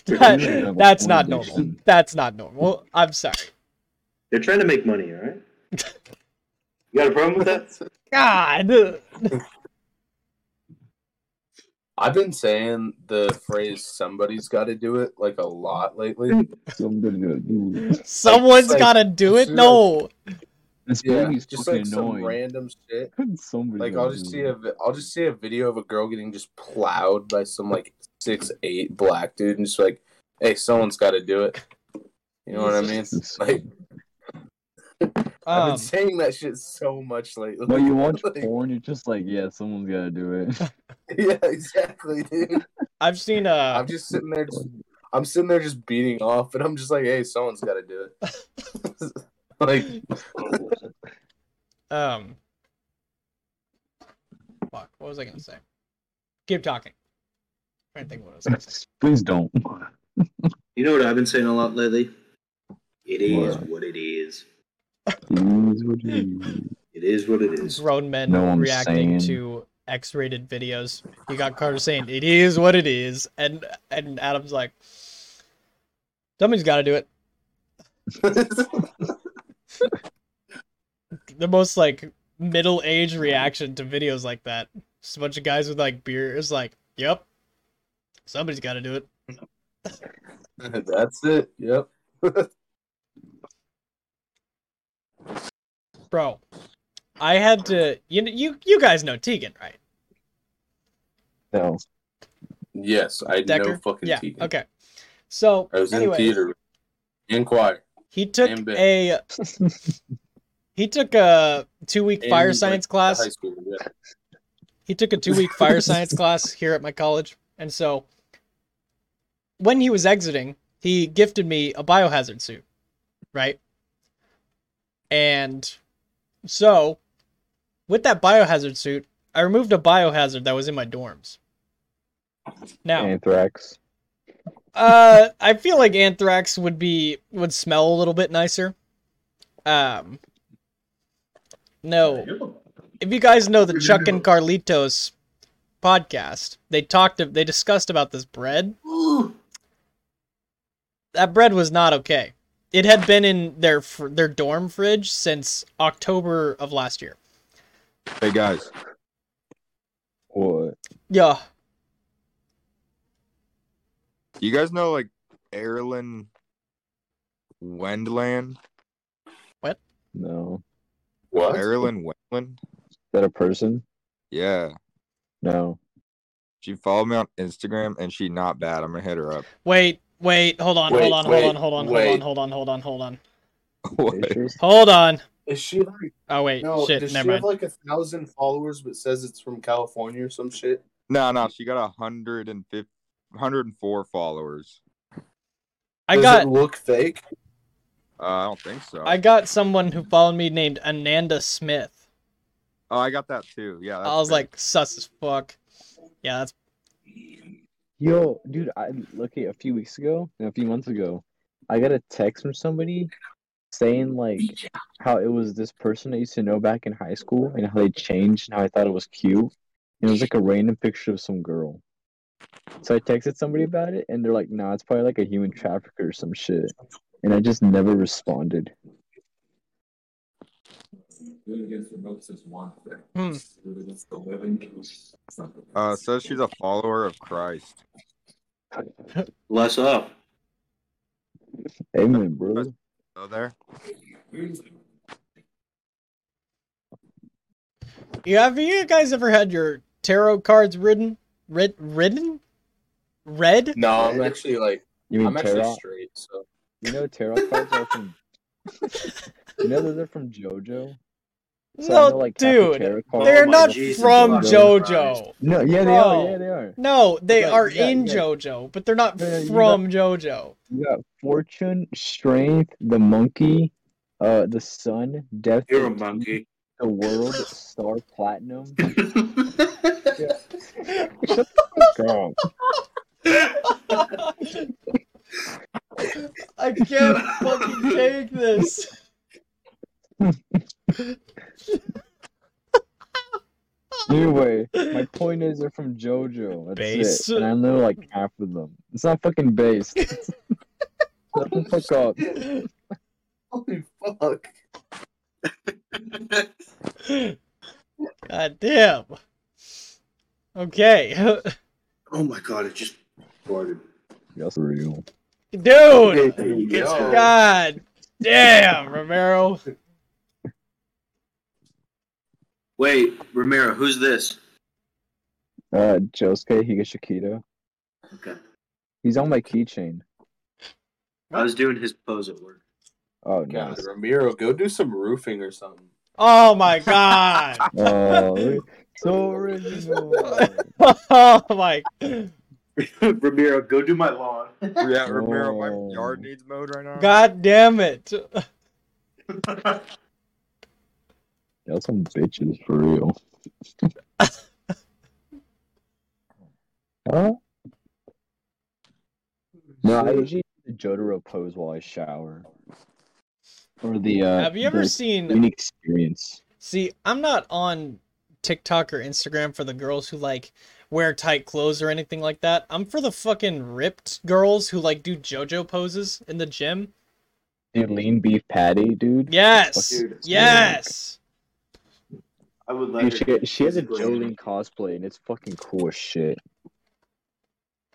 That- that's not normal. That's not normal. I'm sorry. They're trying to make money, all right? You got a problem with that? God. I've been saying the phrase "somebody's got to do it" like a lot lately. So I'm gonna do it. Dude, Someone's like- gotta do it. it's No. This Yeah, baby's just fucking like some annoying. random shit. Somebody Like gotta I'll do just see it. a vi- I'll just see a video of a girl getting just plowed by some like six eight black dude and just like, hey, someone's got to do it. You know what I mean? Jesus. Like I've Um, been saying that shit so much lately. When you watch Like, porn, you're just like, yeah, someone's gotta do it. yeah, exactly, dude. I've seen uh I'm just sitting there, just I'm sitting there just beating off, and I'm just like, hey, someone's got to do it. like, um. Fuck. What was I gonna say? Keep talking. trying to think what I was. Gonna say. Please don't. You know what I've been saying a lot lately? It is What? what it is. Please, would you- It is what it is. grown men Know what I'm reacting saying? to X-rated videos. You got Carter saying it is what it is, and and Adam's like, somebody's got to do it. the most like middle-aged reaction to videos like that. Just a bunch of guys with like beers, like, yep, somebody's got to do it. that's it. Yep. bro i had to you kn- you you guys know tegan right No. Yes, I decker know fucking yeah Tegan. okay so I was anyway in theater, in choir. he took Same bit. a he took a two-week In, fire like, science High class school. Yeah. he took a two-week fire science class here at my college and so when he was exiting he gifted me a biohazard suit right and so with that biohazard suit i removed a biohazard that was in my dorms now Anthrax. Uh, I feel like anthrax would be would smell a little bit nicer. Um, no, if you guys know the Chuck and Carlitos podcast, they talked they discussed about this bread. Ooh, That bread was not okay. It had been in their fr- their dorm fridge since October of last year. hey guys, What? Yeah. You guys know like Erlen Wendland? No. Is What? Erlen Wendland? that a person? Yeah. No. She followed me on Instagram and she not bad. I'm gonna hit her up. Wait, wait, hold on, Wait, hold on, wait, hold on, hold on, wait. hold on, hold on, hold on, What? Pictures? hold on. Hold on. Is she like Oh wait, no? shit, does she never mind. have like a thousand followers but says it's from California or some shit? No, no, she got a hundred and fifty, hundred and four followers. I does got it look fake. Uh, I don't think so. I got someone who followed me named Ananda Smith. oh, I got that too. Yeah. that's I was fair. like, sus as fuck. Yeah, that's Yo, dude, I look at a few weeks ago, no, a few months ago, I got a text from somebody saying like how it was this person I used to know back in high school and how they changed and how I thought it was cute. And it was like a random picture of some girl. So I texted somebody about it and they're like, nah, it's probably like a human trafficker or some shit. And I just never responded. hmm. uh, says she's a follower of Christ. Less up. Amen, bro. Oh, there. Yeah, have you guys ever had your tarot cards ridden? Rid ridden? Red? No, I'm actually like You mean I'm actually tarot? straight. So You know tarot cards are from You know that they're from JoJo? So I no, know, like, half the dude. tarot cards They're are not Jesus from fucking JoJo. No, yeah, they Bro. are. Yeah, they are. No, they Yeah, are yeah, in yeah. JoJo, but they're not Yeah, you from JoJo. You got fortune, strength, the monkey, uh, the sun, death, You're a and monkey. the world, star, platinum. Girl, I can't fucking take this. anyway, my point is they're from JoJo. That's Based. it. And I know like half of them. It's not fucking based. Shut the fuck up. holy fuck. God damn. Okay. oh my god, it just farted. That's real. Dude. It's Yo. God damn, Romero. Wait, Romero, who's this? Uh, Josuke Higashikita. Okay. He's on my keychain. I was doing his pose at work. Oh, God, nice. Ramiro, go do some roofing or something. Oh my god. Oh, look- so original. Oh my Ramiro, go do my lawn. Yeah, Romero, Oh. my yard needs mowed right now. god damn it. Y'all some bitches for real. huh? No, I usually do the Jotaro pose while I shower. Or the uh Have you ever the seen green experience? See, I'm not on TikTok or Instagram for the girls who like wear tight clothes or anything like that. I'm for the fucking ripped girls who like do JoJo poses in the gym. Dude, lean beef patty, dude. Yes. Dude, Yes. I would let Dude, her she, she has a Jolene cosplay and it's fucking cool as shit.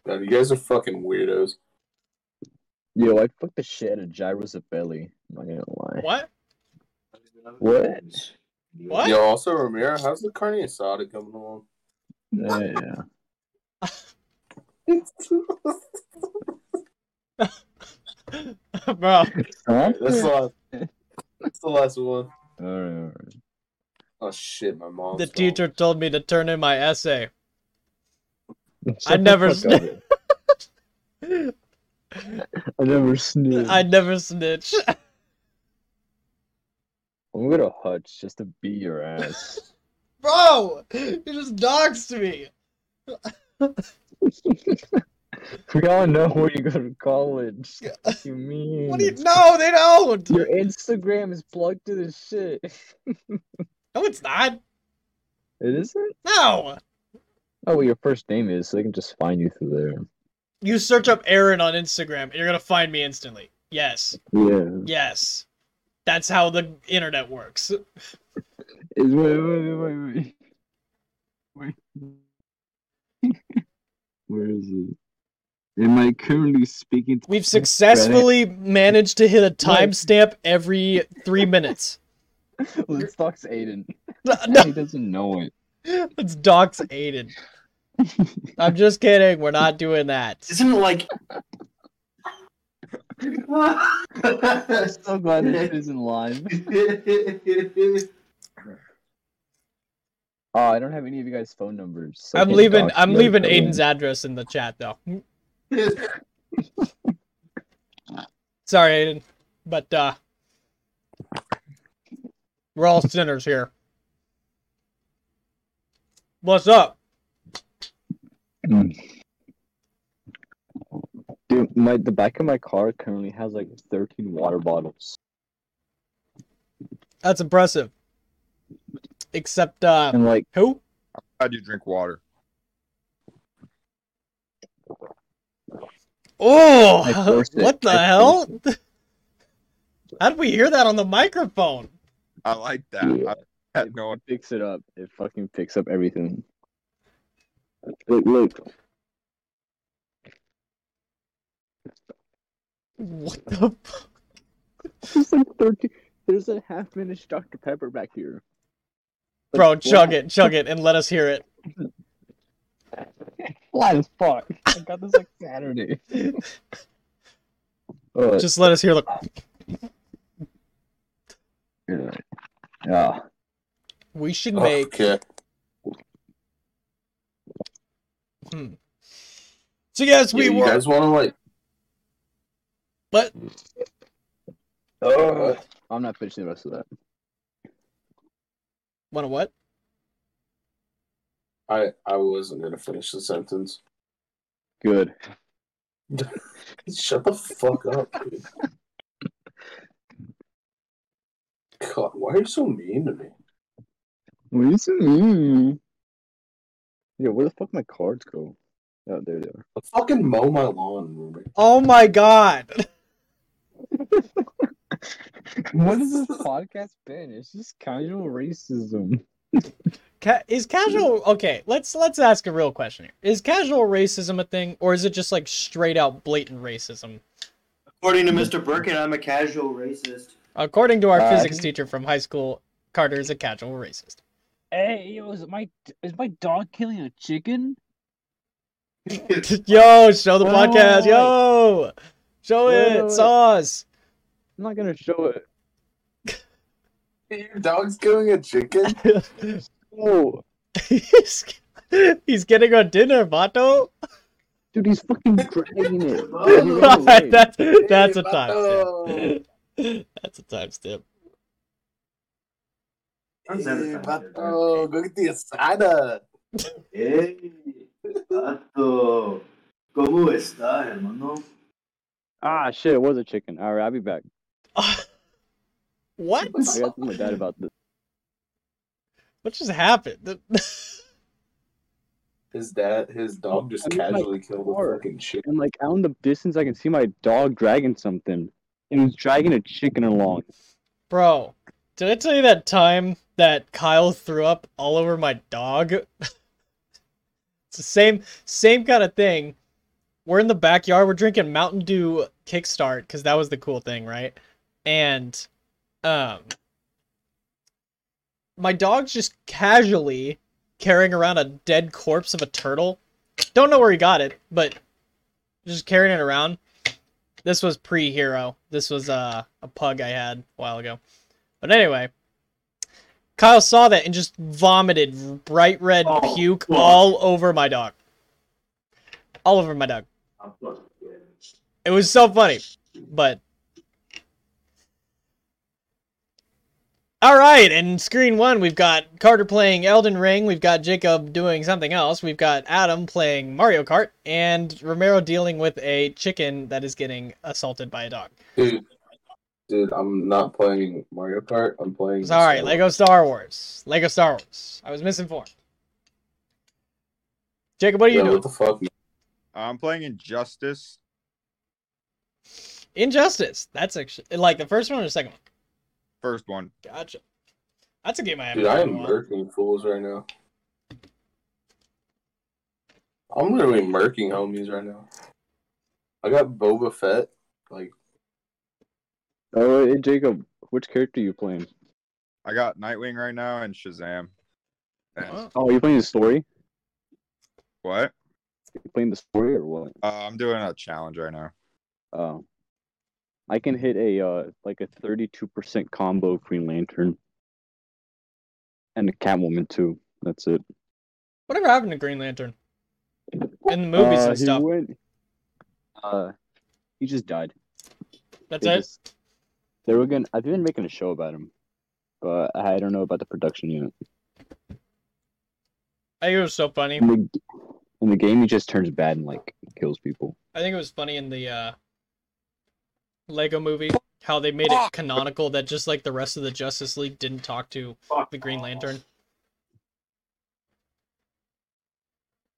God, you guys are fucking weirdos. Yo, I fucked the shit out of Gyro Zabelli. I'm not gonna lie. What? What? What? Yo, also Ramiro, how's the carne asada coming along? Yeah. Bro. Huh? That's the last. That's the last one. Alright, alright. Oh shit, my mom. The teacher told me to turn in my essay. Shut the never fuck up. I never snoozed. I never snitch. I'm gonna hutch just to beat your ass. Bro, you just doxed me. we all know where you go to college. What you mean? What do you No, they don't. Your Instagram is plugged to the shit. No, it's not. It isn't? No. Oh, well, your first name is, so they can just find you through there. You search up Aaron on Instagram and you're going to find me instantly. Yes. Yeah. Yes. That's how the internet works. Wait, wait, wait, wait, wait. Wait. Where is it? Am I currently speaking to We've successfully managed to hit a timestamp every three minutes. Let's talk to Aiden. No, He doesn't know it. it's dox Aiden. I'm just kidding. We're not doing that. Isn't it like? I'm so glad this isn't live. Oh, I don't have any of you guys' phone numbers. so I I'm can't leaving. dox I'm you guys' leaving phone Aiden's numbers. address in the chat though. Sorry, Aiden, but uh, we're all sinners here. What's up? Dude, my the back of my car currently has like 13 water bottles. That's impressive. Except uh, And like, who? How'd you drink water? I Oh, forced it. what the I hell? How did we hear that on the microphone? I like that. Yeah. I had no picks it up. It fucking picks up everything. Look, look. What the? F- There's like 13. There's a half finished Dr. Pepper back here. Bro, chug it, chug it, and let us hear it. Flat as fuck. I got this like Saturday. oh, Just let us hear the. yeah. Yeah. We should Oh, make. okay. So yes, we Yeah, you were. guys want to like? But Ugh. I'm not finishing the rest of that. wanna what? I I wasn't gonna finish the sentence. Good. Shut the fuck up, dude. God, why are you so mean to me? What is it? Yeah, where the fuck my cards go? Oh, there they are. Fucking mow my lawn, Ruby. Oh my god! What has this podcast been? It's just casual racism. Ca- is casual okay? Let's let's ask a real question here. Is casual racism a thing, or is it just like straight out blatant racism? According to Mr. Birkin, I'm a casual racist. According to our Uh, physics teacher from high school, Carter is a casual racist. Hey, yo, is my is my dog killing a chicken? yo, show the Wait, wait, podcast. wait. Yo, show Wait, it, wait, wait. sauce. I'm not gonna show it. Your dog's killing a chicken? Oh, He's getting a dinner, Vato. dude, he's fucking dragging it. He ran away. that's that's a timestamp. Hey, That's a timestamp. Sounds out of time. Oh, go get the asada. Hey, Pato. ¿Cómo está, hermano? Ah, shit, it was a chicken. All right, I'll be back. What? I got to tell my dad about this. What just happened? His dad, his dog just I mean, like, casually killed a or- fucking chicken. And like out in the distance, I can see my dog dragging something, and he's dragging a chicken along. Bro, did I tell you that time that Kyle threw up all over my dog? it's the same same kind of thing. We're in the backyard, we're drinking Mountain Dew Kickstart cuz that was the cool thing, right? And um my dog's just casually carrying around a dead corpse of a turtle. Don't know where he got it, but just carrying it around. This was pre-hero. This was uh, a pug I had a while ago. But anyway, Kyle saw that and just vomited bright red Oh, puke fuck. all over my dog. All over my dog. I'm fucking dead. It was so funny, but. All right, and screen one, we've got Carter playing Elden Ring, we've got Jacob doing something else, we've got Adam playing Mario Kart, and Romero dealing with a chicken that is getting assaulted by a dog. Dude, dude, I'm not playing Mario Kart. I'm playing. Sorry, Asada. Lego Star Wars. Lego Star Wars. I was misinformed. Jacob, what are you Yeah, doing? what the fuck? man? I'm playing Injustice. Injustice. That's actually like the first one or the second one. First one. Gotcha. That's a game I haven't Dude, I played am in a while. murking fools right now. I'm literally murking homies right now. I got Boba Fett. Like, Oh, hey, Jacob, which character you playing? I got Nightwing right now and Shazam. And Oh, Oh, you playing the story? What? You playing the story or what? Uh, I'm doing a challenge right now. Oh. I can hit a uh like a 32% combo of Green Lantern. And a Catwoman too. That's it. whatever happened to Green Lantern? In the movies Uh, and he stuff. went- uh he just died. That's They it. just- they were gonna I think they're making a show about him. But I don't know about the production unit. I think it was so funny. In the, in the game he just turns bad and like kills people. I think it was funny in the uh, Lego movie how they made it canonical that just like the rest of the Justice League didn't talk to Fuck the Green off. Lantern.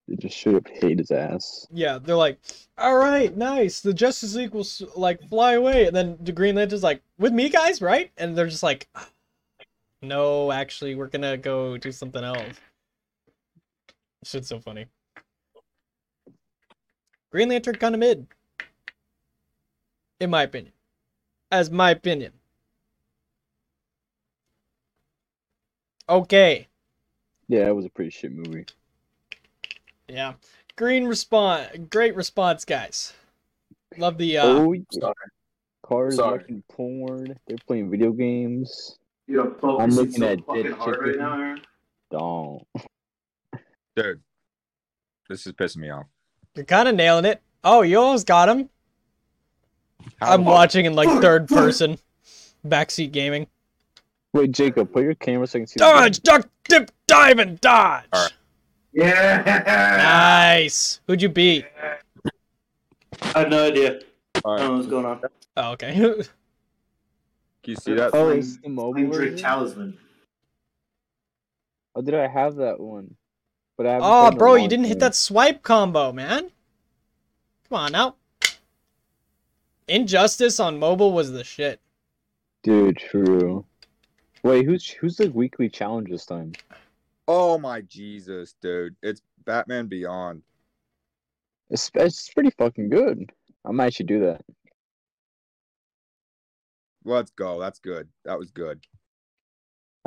They just should have hit his ass. Yeah, they're like, all right, nice. The Justice League will s- like fly away, and then the Green Lantern's like, with me guys, right? And they're just like, no, actually, we're gonna go do something else. Shit's so funny. Green Lantern kind of mid, in my opinion. As my opinion. Okay. Yeah, it was a pretty shit movie. Yeah. Green response. Great response, guys. Love the. Uh, Oh, yeah. Sorry. Cars Sorry. watching porn. They're playing video games. You are focusing looking so at fucking dick hard right chicken. now, Aaron. Don't. Dude, this is pissing me off. You're kind of nailing it. Oh, you almost got him. How I'm the- watching in like third person. Backseat gaming. Wait, Jacob, put your camera so I can see. the Dodge, duck, dip, dive, and dodge. Alright. Yeah. Nice. Who'd you beat? I have no idea. I Alright, don't know what's going on. Oh, okay. Can you see that? Oh, Flame- it's the mobile Flame Drake version? Talisman. Oh, did I have that one? But I. haven't oh, played in a bro, you long didn't hit time. that swipe combo, man. Come on now. Injustice on mobile was the shit. Dude, true. Wait, who's who's the weekly challenge this time? Oh my Jesus, dude. It's Batman Beyond. It's it's pretty fucking good. I might actually do that. Let's go. That's good. That was good.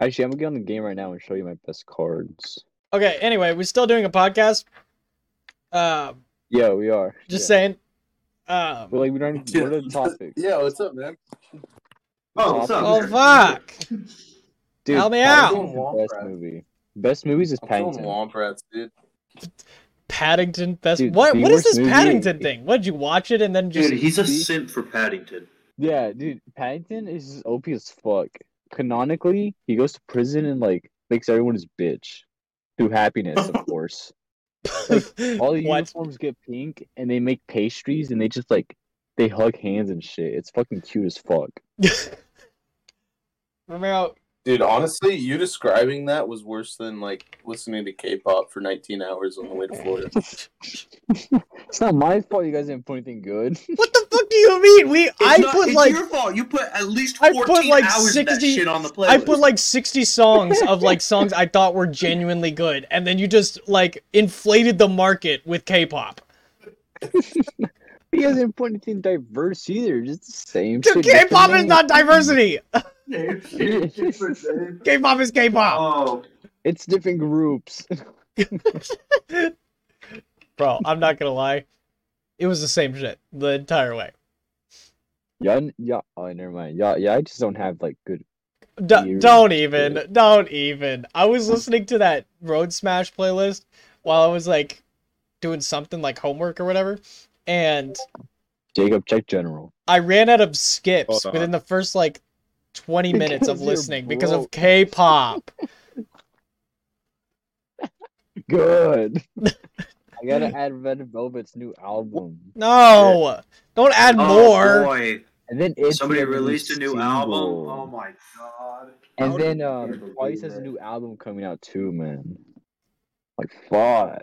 Actually, I'm gonna get on the game right now and show you my best cards. Okay, anyway, we're still doing a podcast. Uh, Yeah, we are. just yeah. saying. Um, But like, we don't. What are the topics? Yeah, what's up, man? Oh, what's up? oh Aaron? fuck! Dude, Help me Paddington out. is the Best movie. Best movies is I'm feeling Paddington. Womp Rats, dude. Paddington best. Dude, what? the What is worst this movie- Paddington thing? What did you watch it and then just? Dude, he's a simp for Paddington. Yeah, dude, Paddington is just OP as fuck. Canonically, he goes to prison and like makes everyone his bitch through happiness, of course. All the what? uniforms get pink, and they make pastries, and they just like they hug hands and shit. It's fucking cute as fuck. Romero, Dude, honestly, you describing that was worse than like listening to K-pop for 19 hours on the way to Florida. It's not my fault you guys didn't put anything good. what the fuck do you mean? We I not- put like your fault. You put at least I 14 put, like, hours of that 60 shit on the playlist. I put like sixty songs of like songs I thought were genuinely good, and then you just like inflated the market with K-pop. you guys didn't put anything diverse either. Just the same. Dude, shit, different K-pop is name. not diversity. like. K-pop is K-pop, Oh, It's different groups. bro. I'm not gonna lie, it was the same shit the entire way. Yeah, n- yeah. Oh, never mind. Yeah, yeah. I just don't have like good. D- You're- don't even, don't even. I was listening to that Road Smash playlist while I was like doing something like homework or whatever, and Jacob, check general. I ran out of skips Hold on. within the first like twenty minutes of Because you're listening because of broke. K-pop. Good. I gotta add Red Velvet's new album, No, don't add Oh, more. Oh, boy. and then it's Somebody released a new album. Oh my god. And How then did um, you ever Twice do has a that? new album coming out too, man. Like fuck.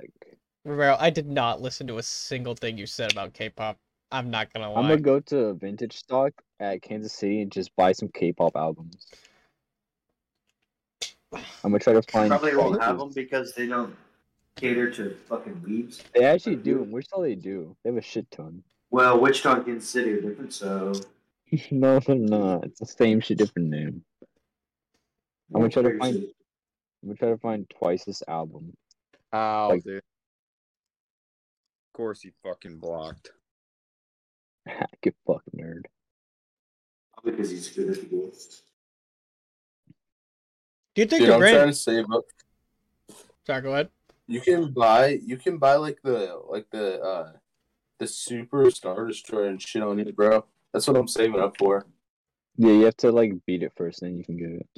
Romero, I did not listen to a single thing you said about K-pop. I'm not gonna I'm lie. gonna go to Vintage Stock at Kansas City and just buy some K-pop albums. I'm gonna try to find. Probably won't Twice's- have them because they don't cater to fucking weebs. They actually do. and Which all they do. They have a shit ton. Well, Wichita and Kansas City are different, so no, they're not. It's the same shit, different name. I'm gonna try to find. I'm gonna try to find twice this album. How, Like- dude? Of course he fucking blocked. Get fucked, nerd. because he's good at the game. Do you think Dude, your I'm brand? trying to save up. Sorry, go ahead. You can buy, you can buy like the like the uh the super star destroyer and shit on you, bro. That's what I'm saving up for. Yeah, you have to like beat it first, then you can get it.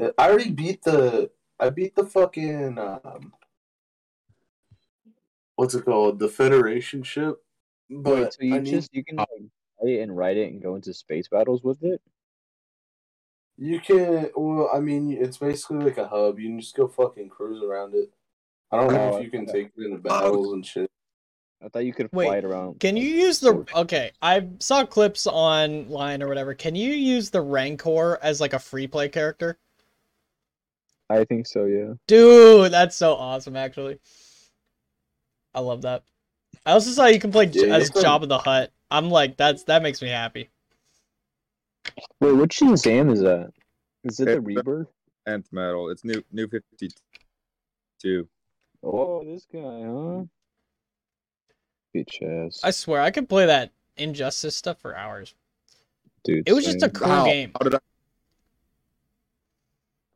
Uh, I already beat the, I beat the fucking um, what's it called, the Federation ship. But Wait, so you I need- just you can like, play it and write it and go into space battles with it. You can. Well, I mean, it's basically like a hub. You can just go fucking cruise around it. I don't know Oh, if you can okay. take it into battles and shit. I thought you could fly Wait, it around. Can like, you use the Sure. okay? I saw clips online or whatever. Can you use the Rancor as like a free play character? I think so. Yeah. Dude, that's so awesome! Actually, I love that. I also saw you can play J Yeah, as you can. Job of the Hut. I'm like, that's that makes me happy. Wait, which Shazam is that? Is it the Rebirth? Nth metal. It's new new fifty two. Oh, this guy, huh? Bitch ass, I swear, I could play that Injustice stuff for hours. dude. It was just a same. cool Wow. game. How did I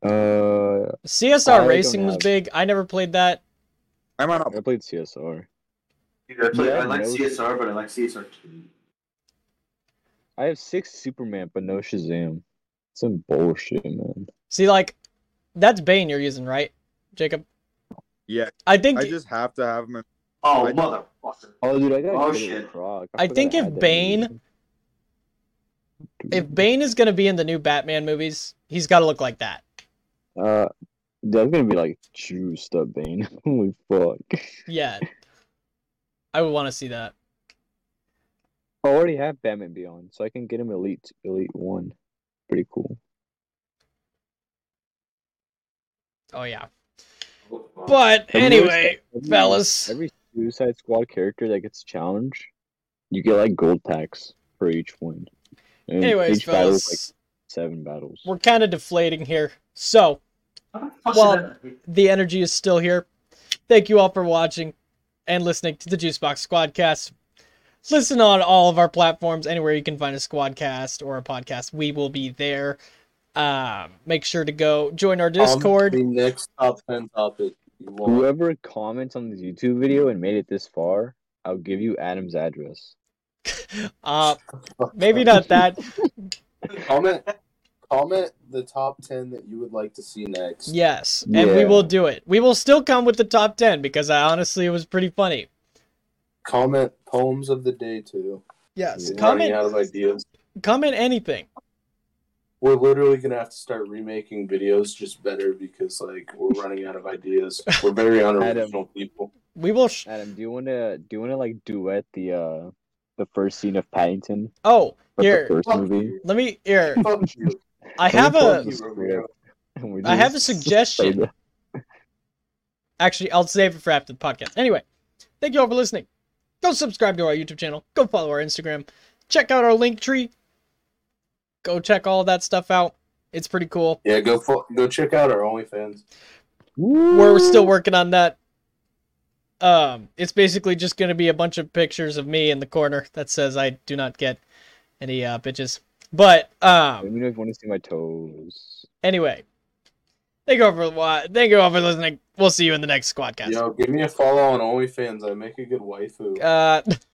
Uh, I CSR don't Racing was have- big. I never played that. I might not I played CSR. Dude, I, play, Yeah, I like no- CSR, but I like CSR too. I have six Superman, but no Shazam. Some bullshit, man. See, like, that's Bane you're using, right, Jacob? Yeah, I think I just have to have him in Oh, I- motherfucker. Oh, dude, I got. Oh, good at shit. Croc. I forgot think if had that Bane- movie. Dude. if Bane is gonna be in the new Batman movies, he's got to look like that. Uh, dude, I'm gonna be like juiced up, Bane. Holy fuck! Yeah, I would want to see that. I already have Batman Beyond, so I can get him Elite, Elite One. Pretty cool. Oh yeah. But But Have you noticed anyway, that every- fellas, every Suicide Squad character that gets challenged, you get like gold packs for each one. And anyways, each battle is, fellas, like seven battles. we're kind of deflating here. So well- the energy is still here. Thank you all for watching and listening to the Juicebox Squadcast. Listen on all of our platforms, anywhere you can find a Squadcast or a podcast, we will be there. Um, make sure to go join Um, our Discord. On the next top ten topic. You want. Whoever comments on this YouTube video and made it this far, I'll give you Adam's address. Uh, maybe not that. comment. Comment the top ten that you would like to see next. Yes, and we Yeah. will do it. We will still come with the top 10 because I honestly, it was pretty funny. Comment poems of the day too. Yes, We're running comment out of ideas. comment anything. We're literally gonna have to start remaking videos just better because like we're running out of ideas. We're very unoriginal people. We will sh- Adam, do you want to do you want to like duet the uh the first scene of Paddington Oh, for here. the first Fuck movie? Let me here. Fuck you. I have a Fuck you, Romero. And we I have a just- suggestion. Actually, I'll save it for after the podcast. Anyway, thank you all for listening. Go subscribe to our YouTube channel. Go follow our Instagram. Check out our link tree. Go check all that stuff out. It's pretty cool. Yeah, go fo- go check out our OnlyFans. We're still working on that. Um, it's basically just gonna be a bunch of pictures of me in the corner that says I do not get any uh, bitches. But um, Let me know if you want to see my toes. Anyway, thank you all for wa- thank you all for listening. We'll see you in the next squadcast. Yo, give me a follow on OnlyFans. I make a good waifu. Uh,